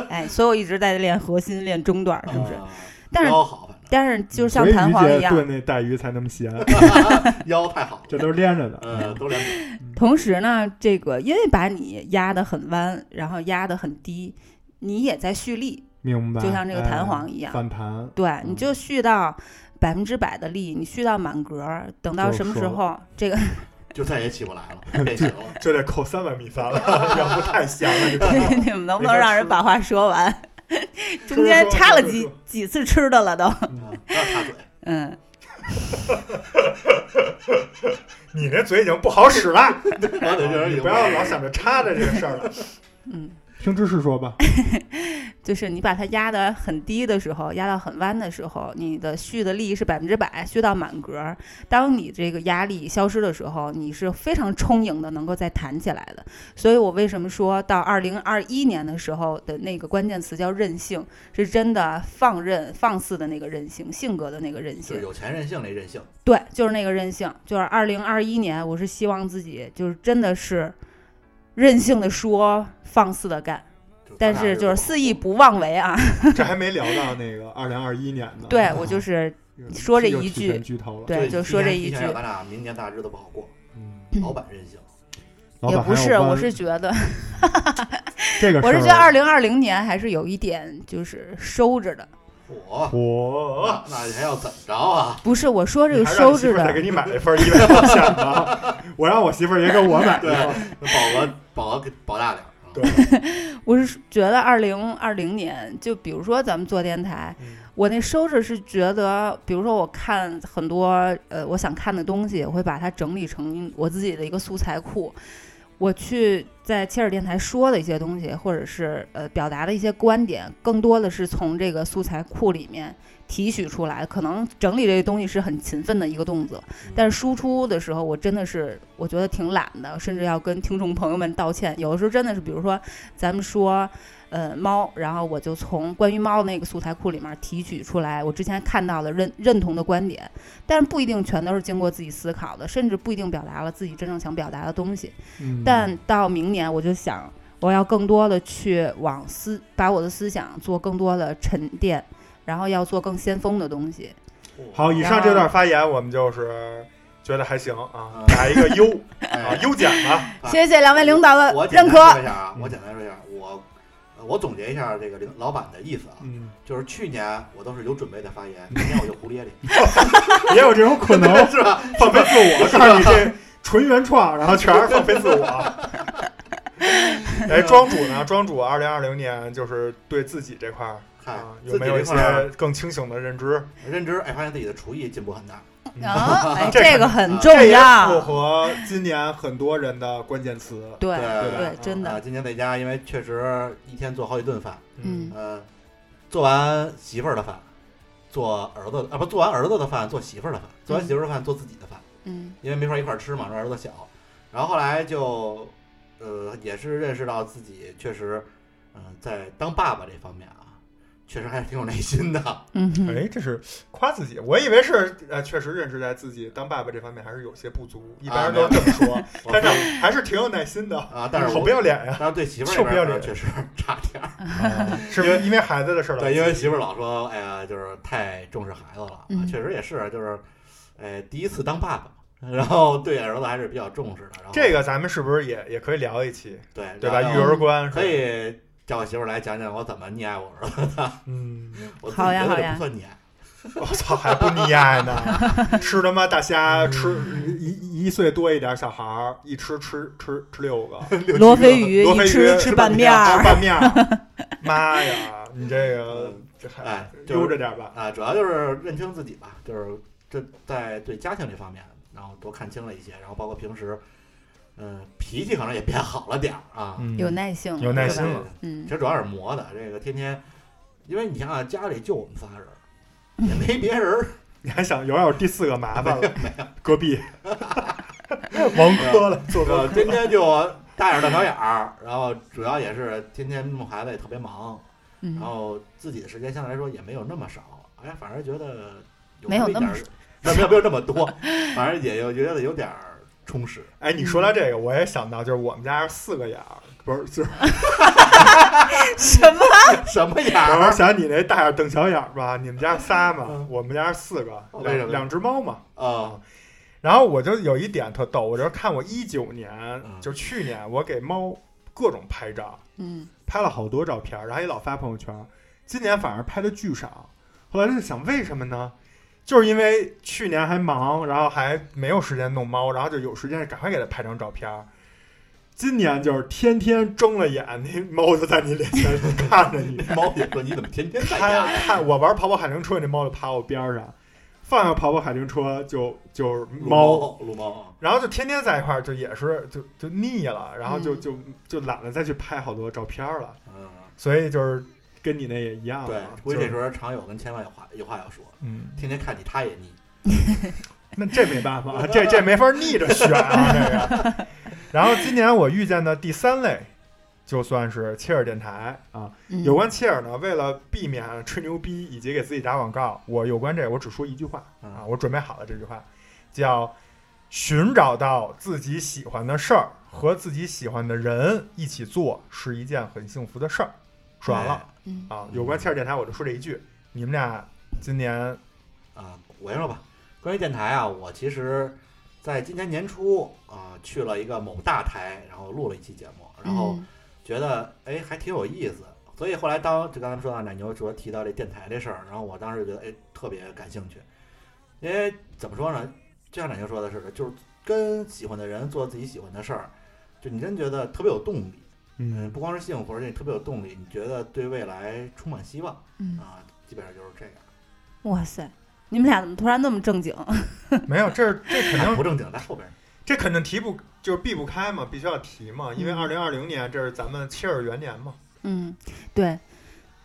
哎，所以我一直在练核心，练中段儿，是不哦是？啊但是腰好，反但是就是像弹簧一样，炖那带鱼才那么 咸，正腰太好了，这都是连着的。呃，都两米，同时呢，这个因为把你压得很弯，然后压得很低，你也在蓄力，明白。就像这个弹簧一样，反弹，对，你就蓄到百分之百的力，你蓄到满格儿，等到什么时候这哦个就再也起不来了，变形 了，这得扣三碗米饭了， 要不太咸了。这弹簧你们能不能让人把话说完？ 中间插了说几说说几次吃的了都，啊不要 插嘴，嗯，你那嘴已经不好使 了，我嘴就是你不要老想着插着这个事儿了。嗯，听知识说吧，就是你把它压得很低的时候，压到很弯的时候，你的蓄的力是百分之百，蓄到满格儿。当你这个压力消失的时候，你是非常充盈的，能够再弹起来的。所以我为什么说到二零二一年的时候的那个关键词叫任性，是真的放任、放肆的那个任性，性格的那个任就性是。有钱任性那任性，对，就是那个任性，就是二零二一年，我是希望自己就是真的是任性的说，放肆的干，就咱但俩是就不是肆意不妄为啊。 这还没聊到那个二零二一年呢。啊对嗯我就是说这一句又提前剧透了。对就说这一提前提前让句咱俩明年大日子不好过，嗯， 老板任性，老也板不还有是，弯我是觉 得，这个事儿，我是觉得二零二零年还是有一点就是收着的。我我。那你还要怎么着啊？不是我说这个还让收你媳着妇儿再给的，你买一份儿一百保险吧， 我让我媳妇儿也给我买一份儿。那保额保额给保大点儿，啊 对我是觉得二零二零年，就比如说咱们做电台，嗯我那收着是觉得，比如说我看很多呃我想看的东西，我会把它整理成我自己的一个素材库。我去在切尔电台说的一些东西，或者是呃表达的一些观点，更多的是从这个素材库里面提取出来。可能整理这个东西是很勤奋的一个动作，但是输出的时候，我真的是我觉得挺懒的，甚至要跟听众朋友们道歉。有的时候真的是，比如说咱们说呃猫，然后我就从关于猫的那个素材库里面提取出来我之前看到的认认同的观点，但是不一定全都是经过自己思考的，甚至不一定表达了自己真正想表达的东西。嗯但到明年，我就想我要更多的去往思，把我的思想做更多的沉淀，然后要做更先锋的东西。好，以上这段发言我们就是觉得还行啊，打一个优啊，哎优奖吧。啊谢谢两位领导的我简单认可。说一下啊，我简单说一下，我呃我总结一下这个领老板的意思啊，嗯，就是去年我都是有准备的发 言，明年我就胡咧咧，也有这种可能 是吧？放飞自我，告诉你这纯原创，然后全是放飞 自我。哎，庄主呢？庄主，二零二零年就是对自己这块儿嗨啊，，有自己没有这一块儿些更清醒的认知？认知，哎，发现自己的厨艺进步很大。 啊，哎，这这个个很重这也符要。合今年很多人的关键词。啊对对吧对，真啊，的，今年在家，因为确实一天做好几顿饭，嗯呃，做完媳妇儿的饭，做儿子的啊不，做完儿子的饭，做媳妇儿的饭，做嗯完媳妇儿的饭，做自己的饭，嗯因为没法一块儿吃嘛，说儿子小，然后后来就，呃，也是认识到自己确实，嗯、在当爸爸这方面啊，确实还是挺有耐心的。嗯哼，哎，这是夸自己，我以为是呃，确实认识在自己当爸爸这方面还是有些不足，一般人都这么说，我 但是还是挺有耐心的，啊，但是好我不要脸呀、但是对媳妇儿臭这不边要儿呢脸确 实差点儿。是不是因为孩子的事儿了？啊对，因为媳妇儿老说，哎呀，就是太重视孩子了，啊嗯确实也是，就是，哎，第一次当爸爸，然后对儿子还是比较重视的。然后这个咱们是不是也也可以聊一期，对对吧？然育后儿观可，以叫我媳妇儿来讲讲我怎么溺爱我儿子，嗯， 我自己好呀觉好得这呀不算溺爱。我操，还不溺爱呢，吃他妈大嗯虾，吃一一岁多一点小孩儿，一吃吃吃吃六个，罗非鱼罗一非鱼吃吃拌面面儿，还有哦儿，拌面儿， 妈呀，你这个这还哎就是悠着点吧，啊，主要就是认清自己吧，就是这在对家庭这方面，然后多看清了一些，然后包括平时，嗯，脾气可能也变好了点儿啊。嗯有耐性，有耐对吧心了。其嗯，实主要是磨的，这个天天，因为你想想家里就我们仨人儿，也没别人儿。 你还想有点第四个麻烦了？隔壁王哥了，做呃，天天就大眼大小眼儿，然后主要也是天天弄孩子也特别忙，嗯然后自己的时间相对来说也没有那么少，哎，反而觉得有没有一那点么儿，那没有没有那么多，反正也有觉得有点儿充实。 哎，你说到这个，我也想到，就是我们家是四个眼儿，不是，就是什么？什么眼我儿是想你那大眼瞪小眼儿吧？你们家仨嘛啊嗯，我们家四个，哦为什两么两只猫嘛。嗯啊？然后我就有一点特逗，我就是看我一九年，嗯就去年我给猫各种拍照，嗯拍了好多照片儿，然后也老发朋友圈儿。今年反而拍的巨少，后来就想为什么呢？就是因为去年还忙，然后还没有时间弄猫，然后就有时间赶快给它拍张照片儿。今年就是天天睁了眼，那猫就在你脸前 看着你，猫姐说你怎么天天在看家？看我玩跑跑海灵车，那猫就爬我边儿上，放下跑跑海灵车就就是猫撸猫，啊然后就天天在一块儿，就也是就就腻了，然后就嗯就就懒得再去拍好多照片了，嗯，所以就是跟你那也一哦样对了。，估计就这时候常有跟千万有话有话要说，嗯，天天看你他也腻。那这没办法，这这没法逆着选啊，这个。然后今年我遇见的第三类，就算是切尔电台啊。嗯，有关切尔呢，为了避免吹牛逼以及给自己打广告，我有关这个我只说一句话啊，我准备好了这句话，叫寻找到自己喜欢的事儿和自己喜欢的人一起做是一件很幸福的事儿。说完了嗯啊，有关切尔电台我就说这一句，你们俩今年啊，我先说吧。关于电台啊，我其实在今年年初啊去了一个某大台，然后录了一期节目，然嗯后觉得哎还挺有意思，所以后来当就刚才说到奶牛说提到这电台这事儿，然后我当时就觉得哎特别感兴趣，因为怎么说呢，就像奶牛说的似的，就是跟喜欢的人做自己喜欢的事儿，就你真觉得特别有动力。嗯，不光是幸福，而且特别有动力，你觉得对未来充满希望嗯，啊，基本上就是这样，哇塞，你们俩怎么突然那么正经？ 没有，这这哎肯定 不正经在后边儿。这肯定提不就是避不开嘛，必须要提嘛，因为二零二零年这是咱们切尔元年嘛。嗯，对，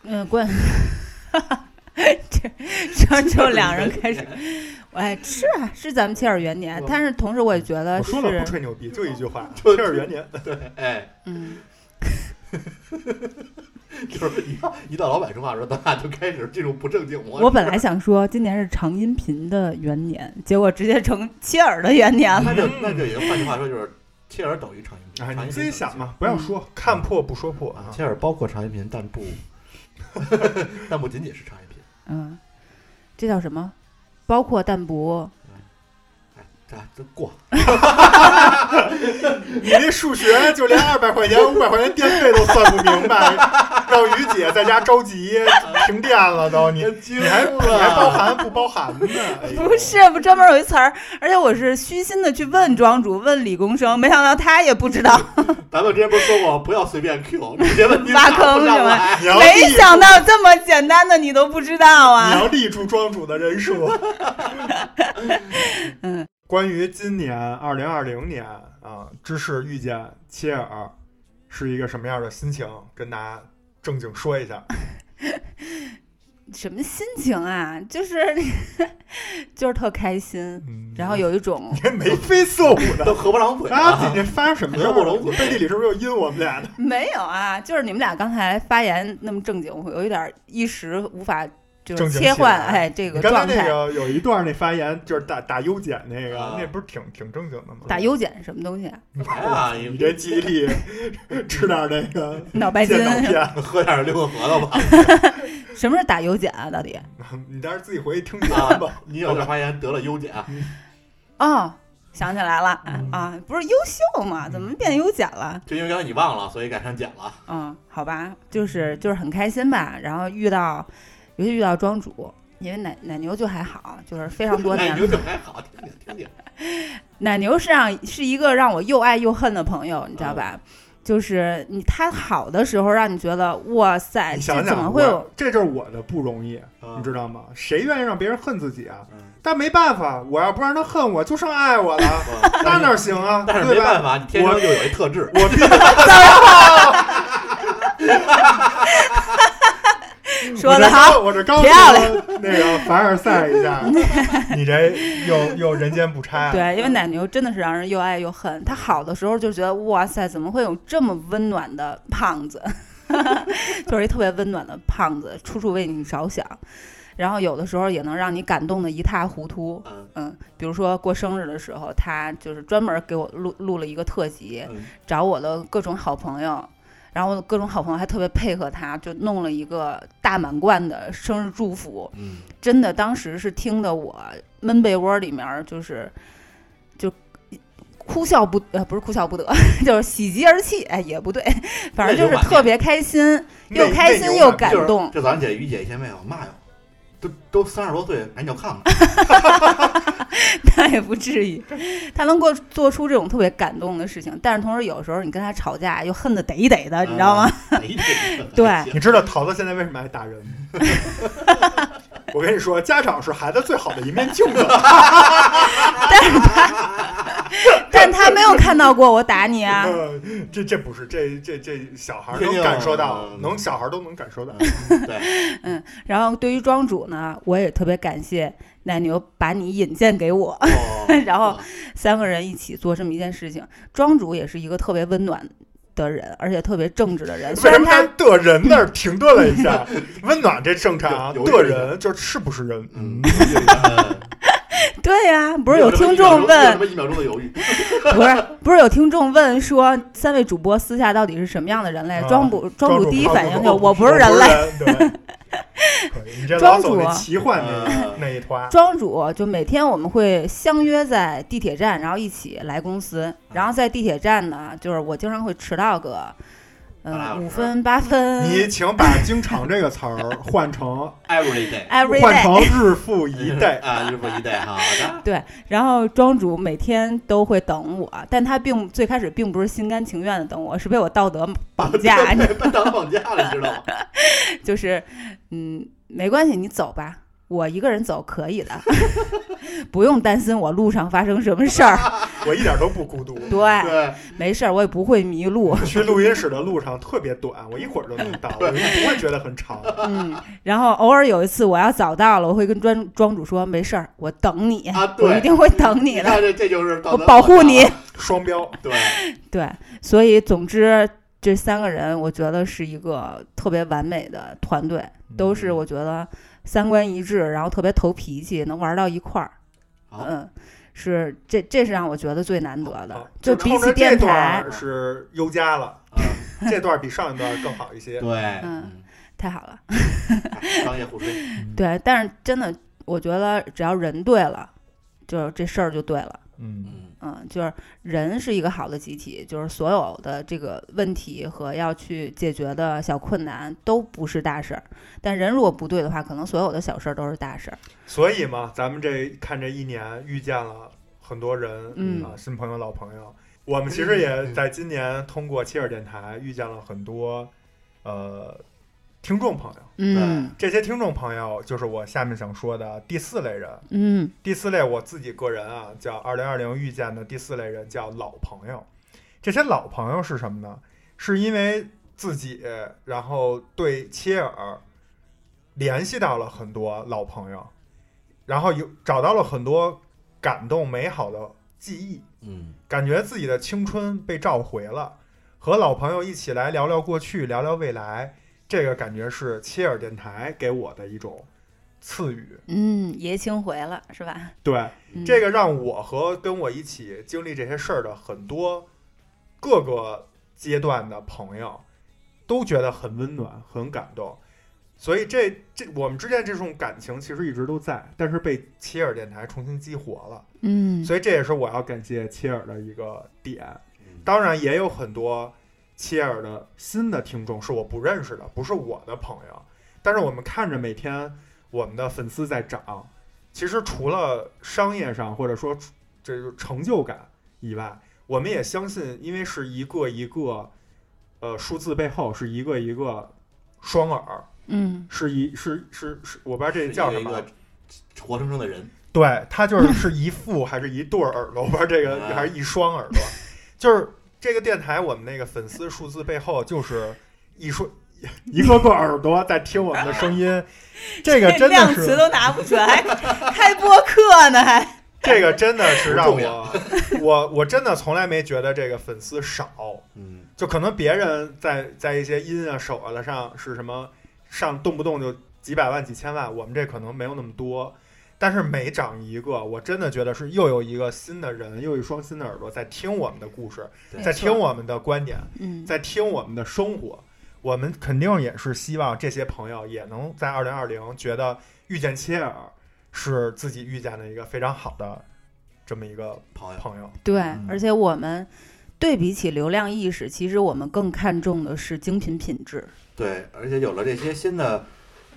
嗯，关， 这这就两人开始，哎，是啊，是咱们切尔元年，但是同时我也觉得我呃是说，了不吹牛逼，就一句话，就切尔元年。对，哎，嗯，就是一到一到老板说话的时候，咱俩就开始进入不正经模式。我本来想说今年是长音频的元年，结果直接成切尔的元年了。那就那就也就换句话说，就是切尔等于长音频，啊，长音你频自己想嘛。嘛，不要说，看破不说破啊，啊。切尔包括长音频，但 不但不仅仅是长音频。嗯，这叫什么？包括淡泊，哎，这这过，你这数学就连二百块钱、五百块钱电费都算不明白，让于姐在家着急，停电了都， 你你你还你还包含不包含呢？哎呦 不是不专门有一词儿，而且我是虚心的去问庄主，问李公生，没想到他也不 知道，咱们之前不是说过不要随便 Q，这些问题挖答坑不是上吗来。你要没立想到这么简单的你都不知道你啊！要立住庄主的人设。 嗯，关于今年二零二零年啊，芝士遇见切尔是一个什么样的心情？跟大家正经说一下。什么心情啊？就是 就是特开心，嗯，然后有一种 你还眉飞色舞都的。合不上嘴啊！啊你！这发什么呀？合不拢嘴背地里是不是又阴我们俩呢？没有啊，就是你们俩刚才发言那么正经，我有一点儿一时无法就正是经切换起来哎这你个刚才状态。那个有一段那发言，就是打打优检那个，啊那不是挺挺正经的吗？打优检是什么东西 啊？哎呀，你你这记忆力，吃点那个脑白金健脑片， 喝点六个核桃吧。什 么是打优检啊？到底？你待会儿自己回去听节啊目吧。 你有这发言得了优啊检， 哦，想起来了嗯啊，不是优秀嘛？怎么变优检了？就因为刚才你忘了，所以改成检了。嗯，好吧，就是就是很开心吧。然后遇到，尤其遇到庄主，因为奶奶牛就还好，就是非常多那年你了。就还好，听听听听。奶牛是让是一个让我又爱又恨的朋友，你知道嗯吧？就是你他好的时候，让你觉得哇你塞，哎这想怎想，么会有我这就是我的不容易，啊你知道吗？谁愿意让别人恨自己啊？嗯但没办法，我要不让他恨我，就剩爱我 了，那哪行啊？但是对没吧办？法，你天生就有一特质。我必须说的好？，我这刚我这漂刚说那个凡尔赛一 下，你这又又人间不啊差。对，因为奶牛真的是让人又爱又恨。他好的时候就觉得哇塞，怎么会有这么温暖的胖子？ 就是一特别温暖的胖子，处处为你着想。然后有的时候也能让你感动的一塌糊涂。嗯嗯，比如说过生日的时候，他就是专门给我录录了一个特辑，嗯找我的各种好朋友。然后各种好朋友还特别配合他，就弄了一个大满贯的生日祝福，嗯，真的当时是听得我闷被窝里面儿就是就哭笑不呃不是哭笑不得， 就是喜极而泣，哎也不对，反正就是特别开心， 那又开心那又牛感嗯就是动。这咱姐于姐以前没有骂哟，都都三十多岁，哎，你就看看，他也不至于，他能够做出这种特别感动的事情，但是同时有时候你跟他吵架又恨得得一得的，你知道吗？ 嗯？一定是对你知道桃子现在为什么爱打人吗？ 我跟你说，家长是孩子最好的一面镜子。但他没有看到过我打你啊， 呃 这这不是这这这小孩儿天能津感受到嗯，能小孩儿都能感受到。嗯对，然后对于庄主呢，我也特别感谢奶牛把你引荐给我， 哦然后嗯三个人一起做这么一件事情。庄主也是一个特别温暖的人，而且特别正直的人。虽为什然么他他的人那儿停顿了一下？ 温暖这正常，有有的一个人就是不是人？嗯嗯，对呀、 不不是有听众问，一秒钟的犹豫，不是不是有听众问说，三位主播私下到底是什么样的人类？啊庄主庄主第一反应就我不是是人类。类。对，可以你这老走庄主那啊奇幻那嗯那一团，庄主就每天我们会相约在地铁站，然后一起来公司。然后在地铁站呢，就是我经常会迟到个，半呃，小时五分八分。你请把“经常”这个词儿换成 every day。 every 换 day 成日复一 day。啊，日复一代，好的，然后庄主每天都会等我，但他并最开始并不是心甘情愿的等我，是被我道德绑架，你被当绑架了，你知道吗？就是，嗯，没关系，你走吧，我一个人走可以的， 不用担心我路上发生什么事儿。我一点都不孤独。对，对，没事儿，我也不会迷路。去录音室的路上特别短，我一会儿就能到，我就不会觉得很长。 嗯，然后偶尔有一次我要早到了，我会跟庄庄主说，没事儿，我等你，啊对我一定会等你你 的，看这这就是道我德保护绑架你了。双标，对，对，所以总之，这三个人，我觉得是一个特别完美的团队，嗯都是我觉得三观一致，然后特别投脾气，能玩到一块儿。好嗯，是这这是让我觉得最难得好的，啊就比冲着起电这段台儿是优加了，啊，这段儿比上一段更好一些对，。嗯，太好了。商业互吹，嗯对，但是真的，我觉得只要人对了，就是这事儿就对了。嗯，嗯，嗯，就是人是一个好的集体，就是所有的这个问题和要去解决的小困难都不是大事儿，但人如果不对的话，可能所有的小事儿都是大事儿。所以嘛，咱们这看这一年遇见了很多人，嗯啊，新朋友、老朋友。我们其实也在今年通过切尔电台遇见了很多，呃，听众朋友。嗯这些听众朋友就是我下面想说的第四类人。嗯第四类我自己个人啊，叫二零二零遇见的第四类人叫老朋友。这些老朋友是什么呢？是因为自己，然后对切尔联系到了很多老朋友，然后有找到了很多感动美好的记忆，嗯，感觉自己的青春被召回了。和老朋友一起来聊聊过去，聊聊未来，这个感觉是切尔电台给我的一种赐予。嗯，爷青回了是吧？对，嗯、这个让我和跟我一起经历这些事儿的很多各个阶段的朋友都觉得很温暖、很感动，所以这这我们之间这种感情其实一直都在，但是被切尔电台重新激活了，嗯所以这也是我要感谢切尔的一个点。当然也有很多切尔的新的听众是我不认识的，不是我的朋友，但是我们看着每天我们的粉丝在涨，其实除了商业上或者说这个成就感以外，我们也相信，因为是一个一个，呃，数字背后是一个一个双耳，嗯是一是是是，我不知道这是叫什一么啊个，活生生的人，对，它就是是一副还是一对儿耳朵，我不知道这个啊还是一双耳朵，就是这个电台我们那个粉丝数字背后就是一双 一个个耳朵在听我们的声音，这个真的量是词都拿不全，还 开播客呢还。这个真的是让不重我我我真的从来没觉得这个粉丝少，嗯，就可能别人在在一些音啊手啊的上是什么上动不动就几百万几千万，我们这可能没有那么多，但是每涨一个，我真的觉得是又有一个新的人，又有一双新的耳朵在听我们的故事，对在听我们的观点，嗯在听我们的生活。我们肯定也是希望这些朋友也能在二零二零觉得遇见切尔是自己遇见的一个非常好的这么一个朋友，朋友。对，嗯而且我们对比起流量意识，其实我们更看重的是精品品质。对，而且有了这些新的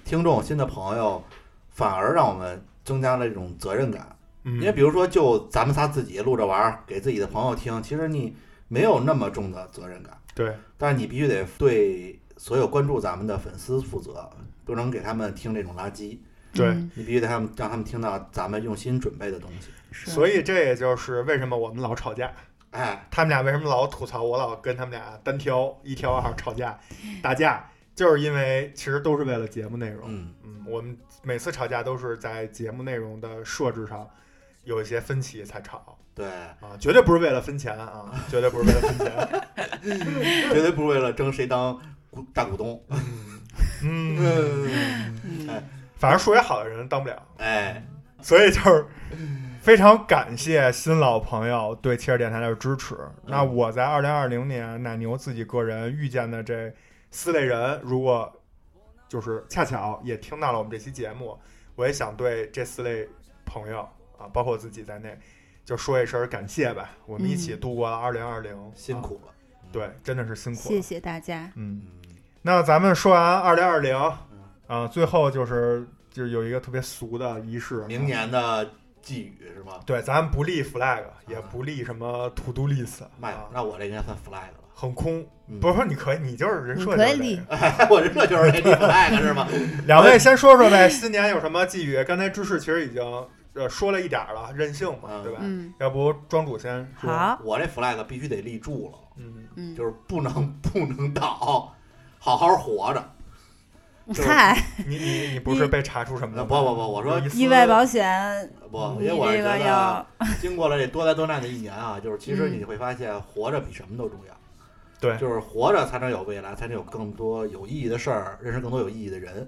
听众、新的朋友，反而让我们增加了这种责任感。嗯因为比如说，就咱们仨自己录着玩儿，给自己的朋友听，其实你没有那么重的责任感，对，但是你必须得对所有关注咱们的粉丝负责，不能给他们听这种垃圾，对嗯你必须得他们让他们听到咱们用心准备的东西。是所以这也就是为什么我们老吵架。哎，他们俩为什么老吐槽我老跟他们俩单挑一挑二吵架打架，就是因为其实都是为了节目内容。嗯，嗯，我们每次吵架都是在节目内容的设置上有一些分歧才吵对，啊，绝对不是为了分钱啊，绝对不是为了分钱。绝对不是为了争谁当股大股东。 嗯，嗯，反正数学好的人当不了，哎，所以就是非常感谢新老朋友对切尔电台的支持。那嗯我在二零二零年奶牛自己个人遇见的这四类人，如果就是恰巧也听到了我们这期节目，我也想对这四类朋友啊，包括我自己在内，就说一声感谢吧。我们一起度过了二零二零，嗯啊辛、苦了。对，真的是辛苦了。谢谢大家。嗯，嗯，那咱们说完二零二零，啊，最后就是就是有一个特别俗的仪式，明年的寄语是吗？对，咱不立 flag，也不立什么 to do list，卖啊了，那我这应该算 flag 了。 很空。嗯不是，说你可以，你就是人你设可就以是这立个。我这就是这 flag 是吗？两位先说说呗，新年有什么寄语？刚才芝士其实已经呃说了一点儿了，任性嘛，嗯对吧？嗯，要不庄主先说。，好，我这 flag 必须得立住了。嗯，嗯就，是不能不能倒，好好活着。是嗨，你你你不是被查出什么呃了吗？不不不，我说有一丝意外保险，不，因嗯你为哦我是觉这个得要经过了这多灾多难的一年啊，就是其实嗯你会发现活着比什么都重要。对就是活着才能有未来，才能有更多有意义的事儿，认识更多有意义的人。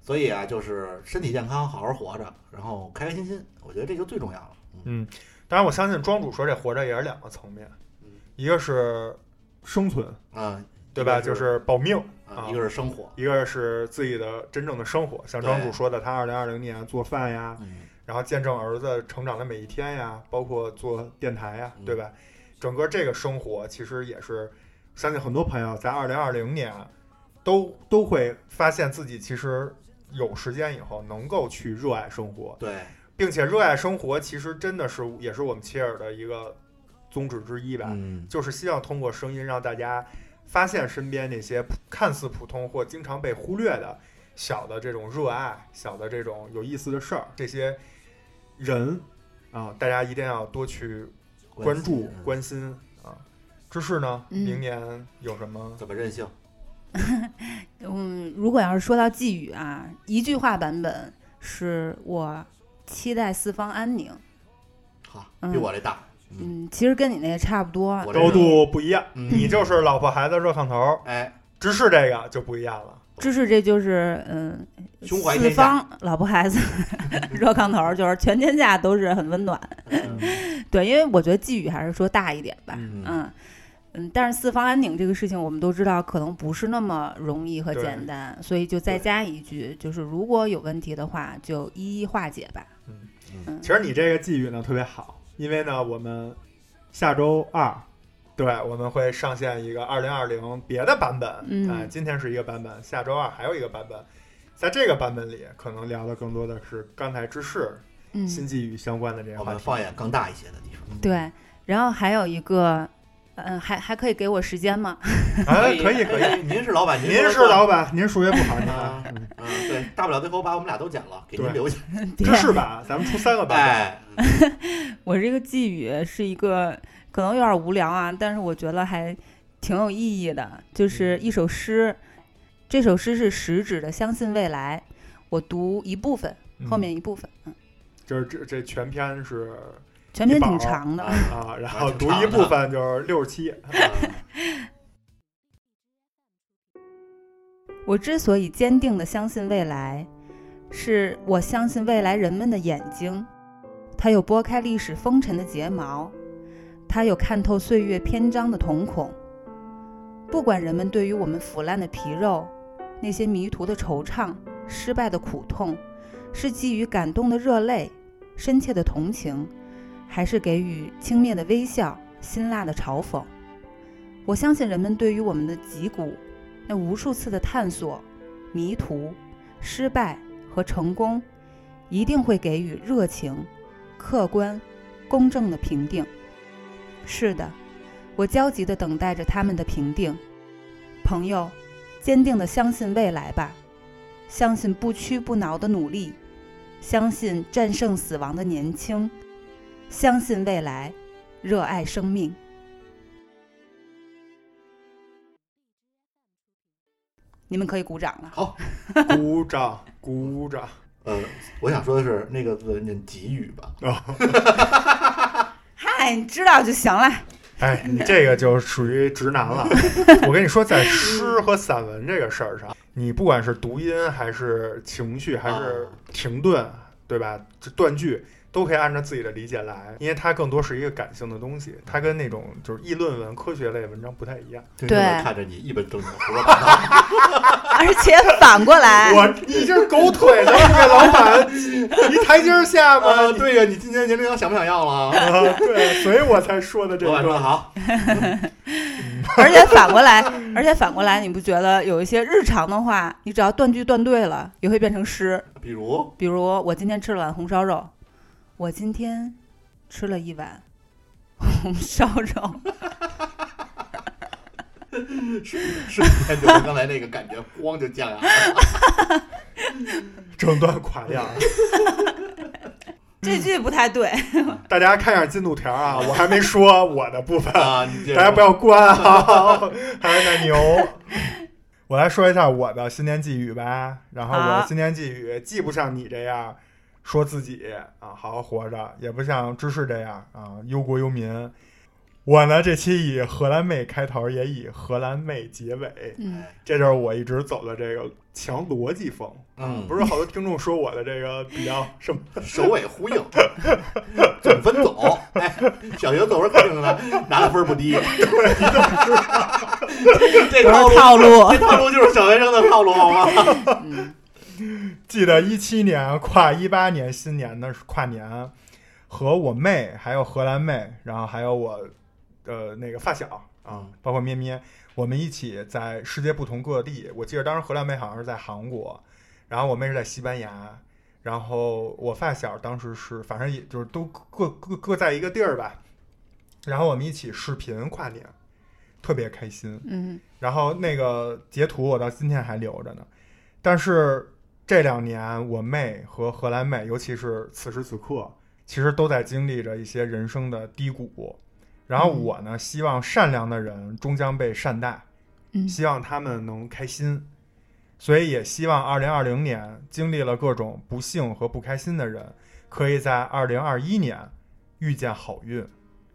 所以啊，就是身体健康，好好活着，然后开开心心，我觉得这就最重要了。嗯嗯，当然我相信庄主说这活着也是两个层面，嗯一个是生存，啊，对吧？一就个是是保命，啊啊，一个是生活，一个是自己的真正的生活，像庄主对说的，他二零二零年做饭呀，嗯，然后见证儿子成长的每一天呀，包括做电台呀，嗯对吧？整个这个生活其实也是，相信很多朋友在二零二零年都都会发现自己其实有时间以后能够去热爱生活，对，并且热爱生活其实真的是也是我们切尔的一个宗旨之一吧，嗯，就是希望通过声音让大家发现身边那些普看似普通或经常被忽略的小的这种热爱、小的这种有意思的事儿，这些人啊，大家一定要多去关注心、嗯关心啊。芝士呢，嗯明年有什么？怎么任性？嗯，如果要是说到寄语啊，一句话版本是我期待四方安宁。好，嗯比我这大，嗯，嗯，其实跟你那也差不多。我这高度不一样，嗯你就是老婆孩子热炕头，哎，芝士这个就不一样了。知识这就是嗯，胸怀四天下，方老 婆孩子热炕头儿，就是全天下都是很温暖。嗯对，因为我觉得寄语还是说大一点吧。嗯嗯嗯，但是四方安宁这个事情，我们都知道可能不是那么容易和对简单，所以就再对加一句，就是如果有问题的话，就一一化解吧。嗯嗯其实你这个寄语呢特别好，因为呢，我们下周二，对，我们会上线一个二零二零别的版本，嗯哎今天是一个版本，下周二还有一个版本，在这个版本里，可能聊的更多的是刚才之事、嗯，新寄语相关的这些我话们题。放眼更大一些的地方。对。然后还有一个，嗯，还还可以给我时间吗？ 哎，可以可以，以，您是老板，您说了是算老板，您数学不好，您啊， 嗯嗯，对，大不了最后把我们俩都剪了，给您对留下。别之事吧，咱们出三个版哎，我这个寄语是一个可能有点无聊啊，但是我觉得还挺有意义的，嗯就是一首诗。这首诗是食指的《相信未来》，我读一部分，本，后面一部分，嗯，嗯就是这这全篇是全篇一本儿 挺长的。啊，然后读一部分就是六十七，啊我之所以坚定地相信未来，是我相信未来人们的眼睛，它有拨开历史风尘的睫毛，它有看透岁月篇章的瞳孔。不管人们对于我们腐烂的皮肉、那些迷途的惆怅、失败的苦痛，是基于感动的热泪、深切的同情，还是给予轻蔑的微笑、辛辣的嘲讽，我相信人们对于我们的脊骨那无数次的探索、迷途、失败和成功，一定会给予热情、客观、公正的评定。是的，我焦急地等待着他们的评定。朋友，坚定地相信未来吧，相信不屈不挠的努力，相信战胜死亡的年轻，相信未来，热爱生命。你们可以鼓掌了。好，鼓掌鼓掌。呃，我想说的是那个字念给予吧，嗨，你知道就行了。哎， 你这个就属于直男了。我跟你说，在诗和散文这个事儿上，你不管是读音还是情绪，还是停顿，对吧？这断句都可以按照自己的理解来，因为它更多是一个感性的东西，它跟那种就是议论文、科学类文章不太一样。对对看着你一本正经地胡说八 道。 而且反过哎来，我你这狗腿子，你给老 板一台阶儿下啊，嘛？对呀，你今年年龄想不想要了？ 啊，对，所以我才说的这老板说个的。好，而且反过来，而且反过来，你不觉得有一些日常的话，你只要断句断对了，也会变成诗。比如比如我今天吃了碗红烧肉，我今天吃了一碗红烧肉。瞬间就是 刚才那个感觉，咣就降下来了。整段垮掉了， 这句不太对，大家看一下进度条啊，我还没说我的部分。啊，你接着大家不说要关啊，还是奶牛。我来说一下我的新年寄语吧。然后我好的新年寄语既不像你这样说自己啊好好活着，也不像芝士这样啊忧国忧民。我呢这期以荷兰妹开头，也以荷兰妹结尾， 嗯，这就是我一直走的这个强逻辑风。嗯，不是好多听众说我的这个比较什么？首尾呼应，总分总。哎，小学作文肯定呢拿的分儿不 低。这都套是路，套路。这套路就是小学生的套路，好吗？嗯记得一七年跨一八年新年的跨年，和我妹还有荷兰妹，然后还有我呃那个发小啊嗯，包括咩咩，我们一起在世界不同各地。我记得当时荷兰妹好像是在韩国，然后我妹是在西班牙，然后我发小当时是反正也就是都各各各在一个地儿吧，然后我们一起视频跨年，特别开心。嗯然后那个截图我到今天还留着呢。但是这两年，我妹和荷兰妹，尤其是此时此刻，其实都在经历着一些人生的低谷。然后我呢，希望善良的人终将被善待，嗯希望他们能开心。所以也希望2020年经历了各种不幸和不开心的人，可以在2021年遇见好运，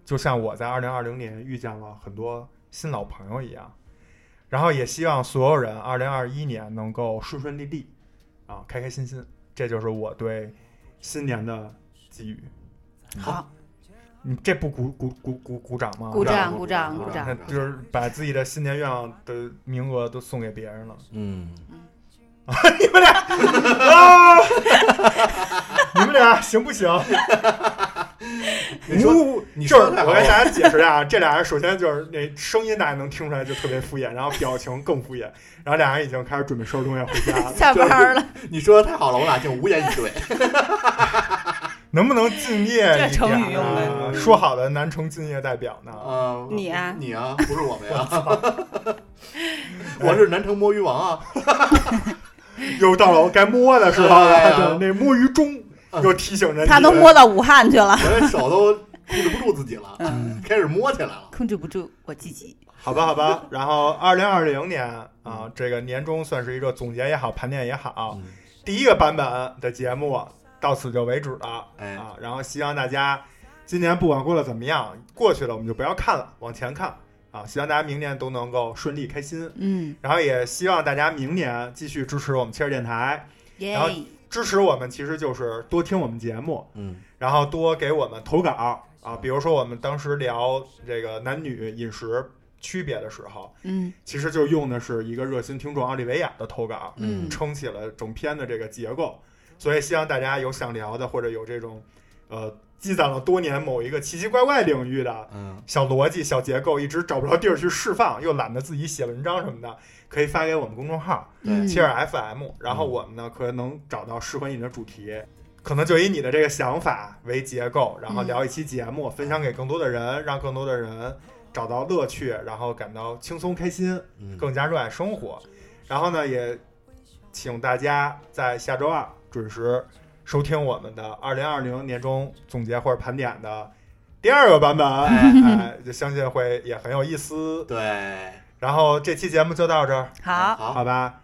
就像我在2020年遇见了很多新老朋友一样。然后也希望所有人2021年能够顺顺利利，啊，开开心心。这就是我对新年的寄语。好，你这不鼓鼓鼓鼓鼓掌吗？鼓掌鼓鼓掌掌鼓鼓掌掌。啊那就是把自己的新年愿望的名额都送给别人了。嗯，啊！ 你们俩行不行？你说呜你就说是太好我了 跟大家解释一下，啊，这俩人首先就是那声音大家能听出来就特别敷衍，然后表情更敷衍，然后俩人已经开始准备收拾东西回家了。下班了，你说的太好了，我俩竟无言以 对。能不能敬业一点啊这成语用嗯的说好的南城敬业代表呢？啊，你啊你啊，不是我们呀。我是南城摸鱼王啊，又到了该摸的时候哎呀了，对，那摸鱼钟嗯又提醒着你。他都摸到武汉去了，我这手都控制不住自己了，嗯开始摸起来了。控制不住我自己。好吧，好吧。然后二零二零年啊，这个年终算是一个总结也好，盘点也好，嗯第一个版本的节目到此就为止了、哎啊。然后希望大家今年不管过得怎么样，过去了我们就不要看了，往前看啊。希望大家明年都能够顺利开心，嗯，然后也希望大家明年继续支持我们切尔电台，耶然，后支持我们其实就是多听我们节目，嗯然后多给我们投稿啊。比如说我们当时聊这个男女饮食区别的时候，嗯其实就用的是一个热心听众奥利维亚的投稿，嗯撑起了整篇的这个结构。所以希望大家有想聊的，或者有这种呃积攒了多年某一个奇奇怪怪领域的嗯，小逻辑、小结构，一直找不着地儿去释放，又懒得自己写文章什么的，可以发给我们公众号。对嗯切尔 FM，然后我们呢可能找到适合你的主题，可能就以你的这个想法为结构，然后聊一期节目，分享给更多的人，让更多的人找到乐趣，然后感到轻松开心，嗯更加热爱生活。然后呢，也请大家在下周二准时收听我们的二零二零年终总结或者盘点的第二个版本， 哎，就相信会也很有意思。嗯对，然后这期节目就到这儿。好，好，好吧，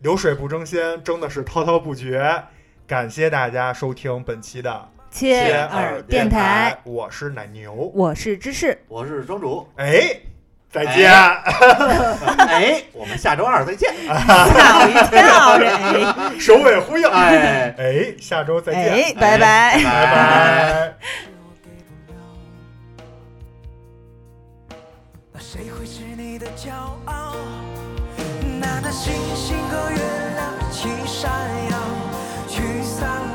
流水不争先，争的是滔滔不绝。感谢大家收听本期的切尔尔电电台台，我是奶牛。我是芝士，我是庄主。哎，再见。哎， 我们下周二再见。吓我一跳，这首尾呼应。哎，哎，下周再见。哎，拜拜。拜拜拜。那谁会是你的骄傲？那那星星和月亮一起闪耀，驱散啊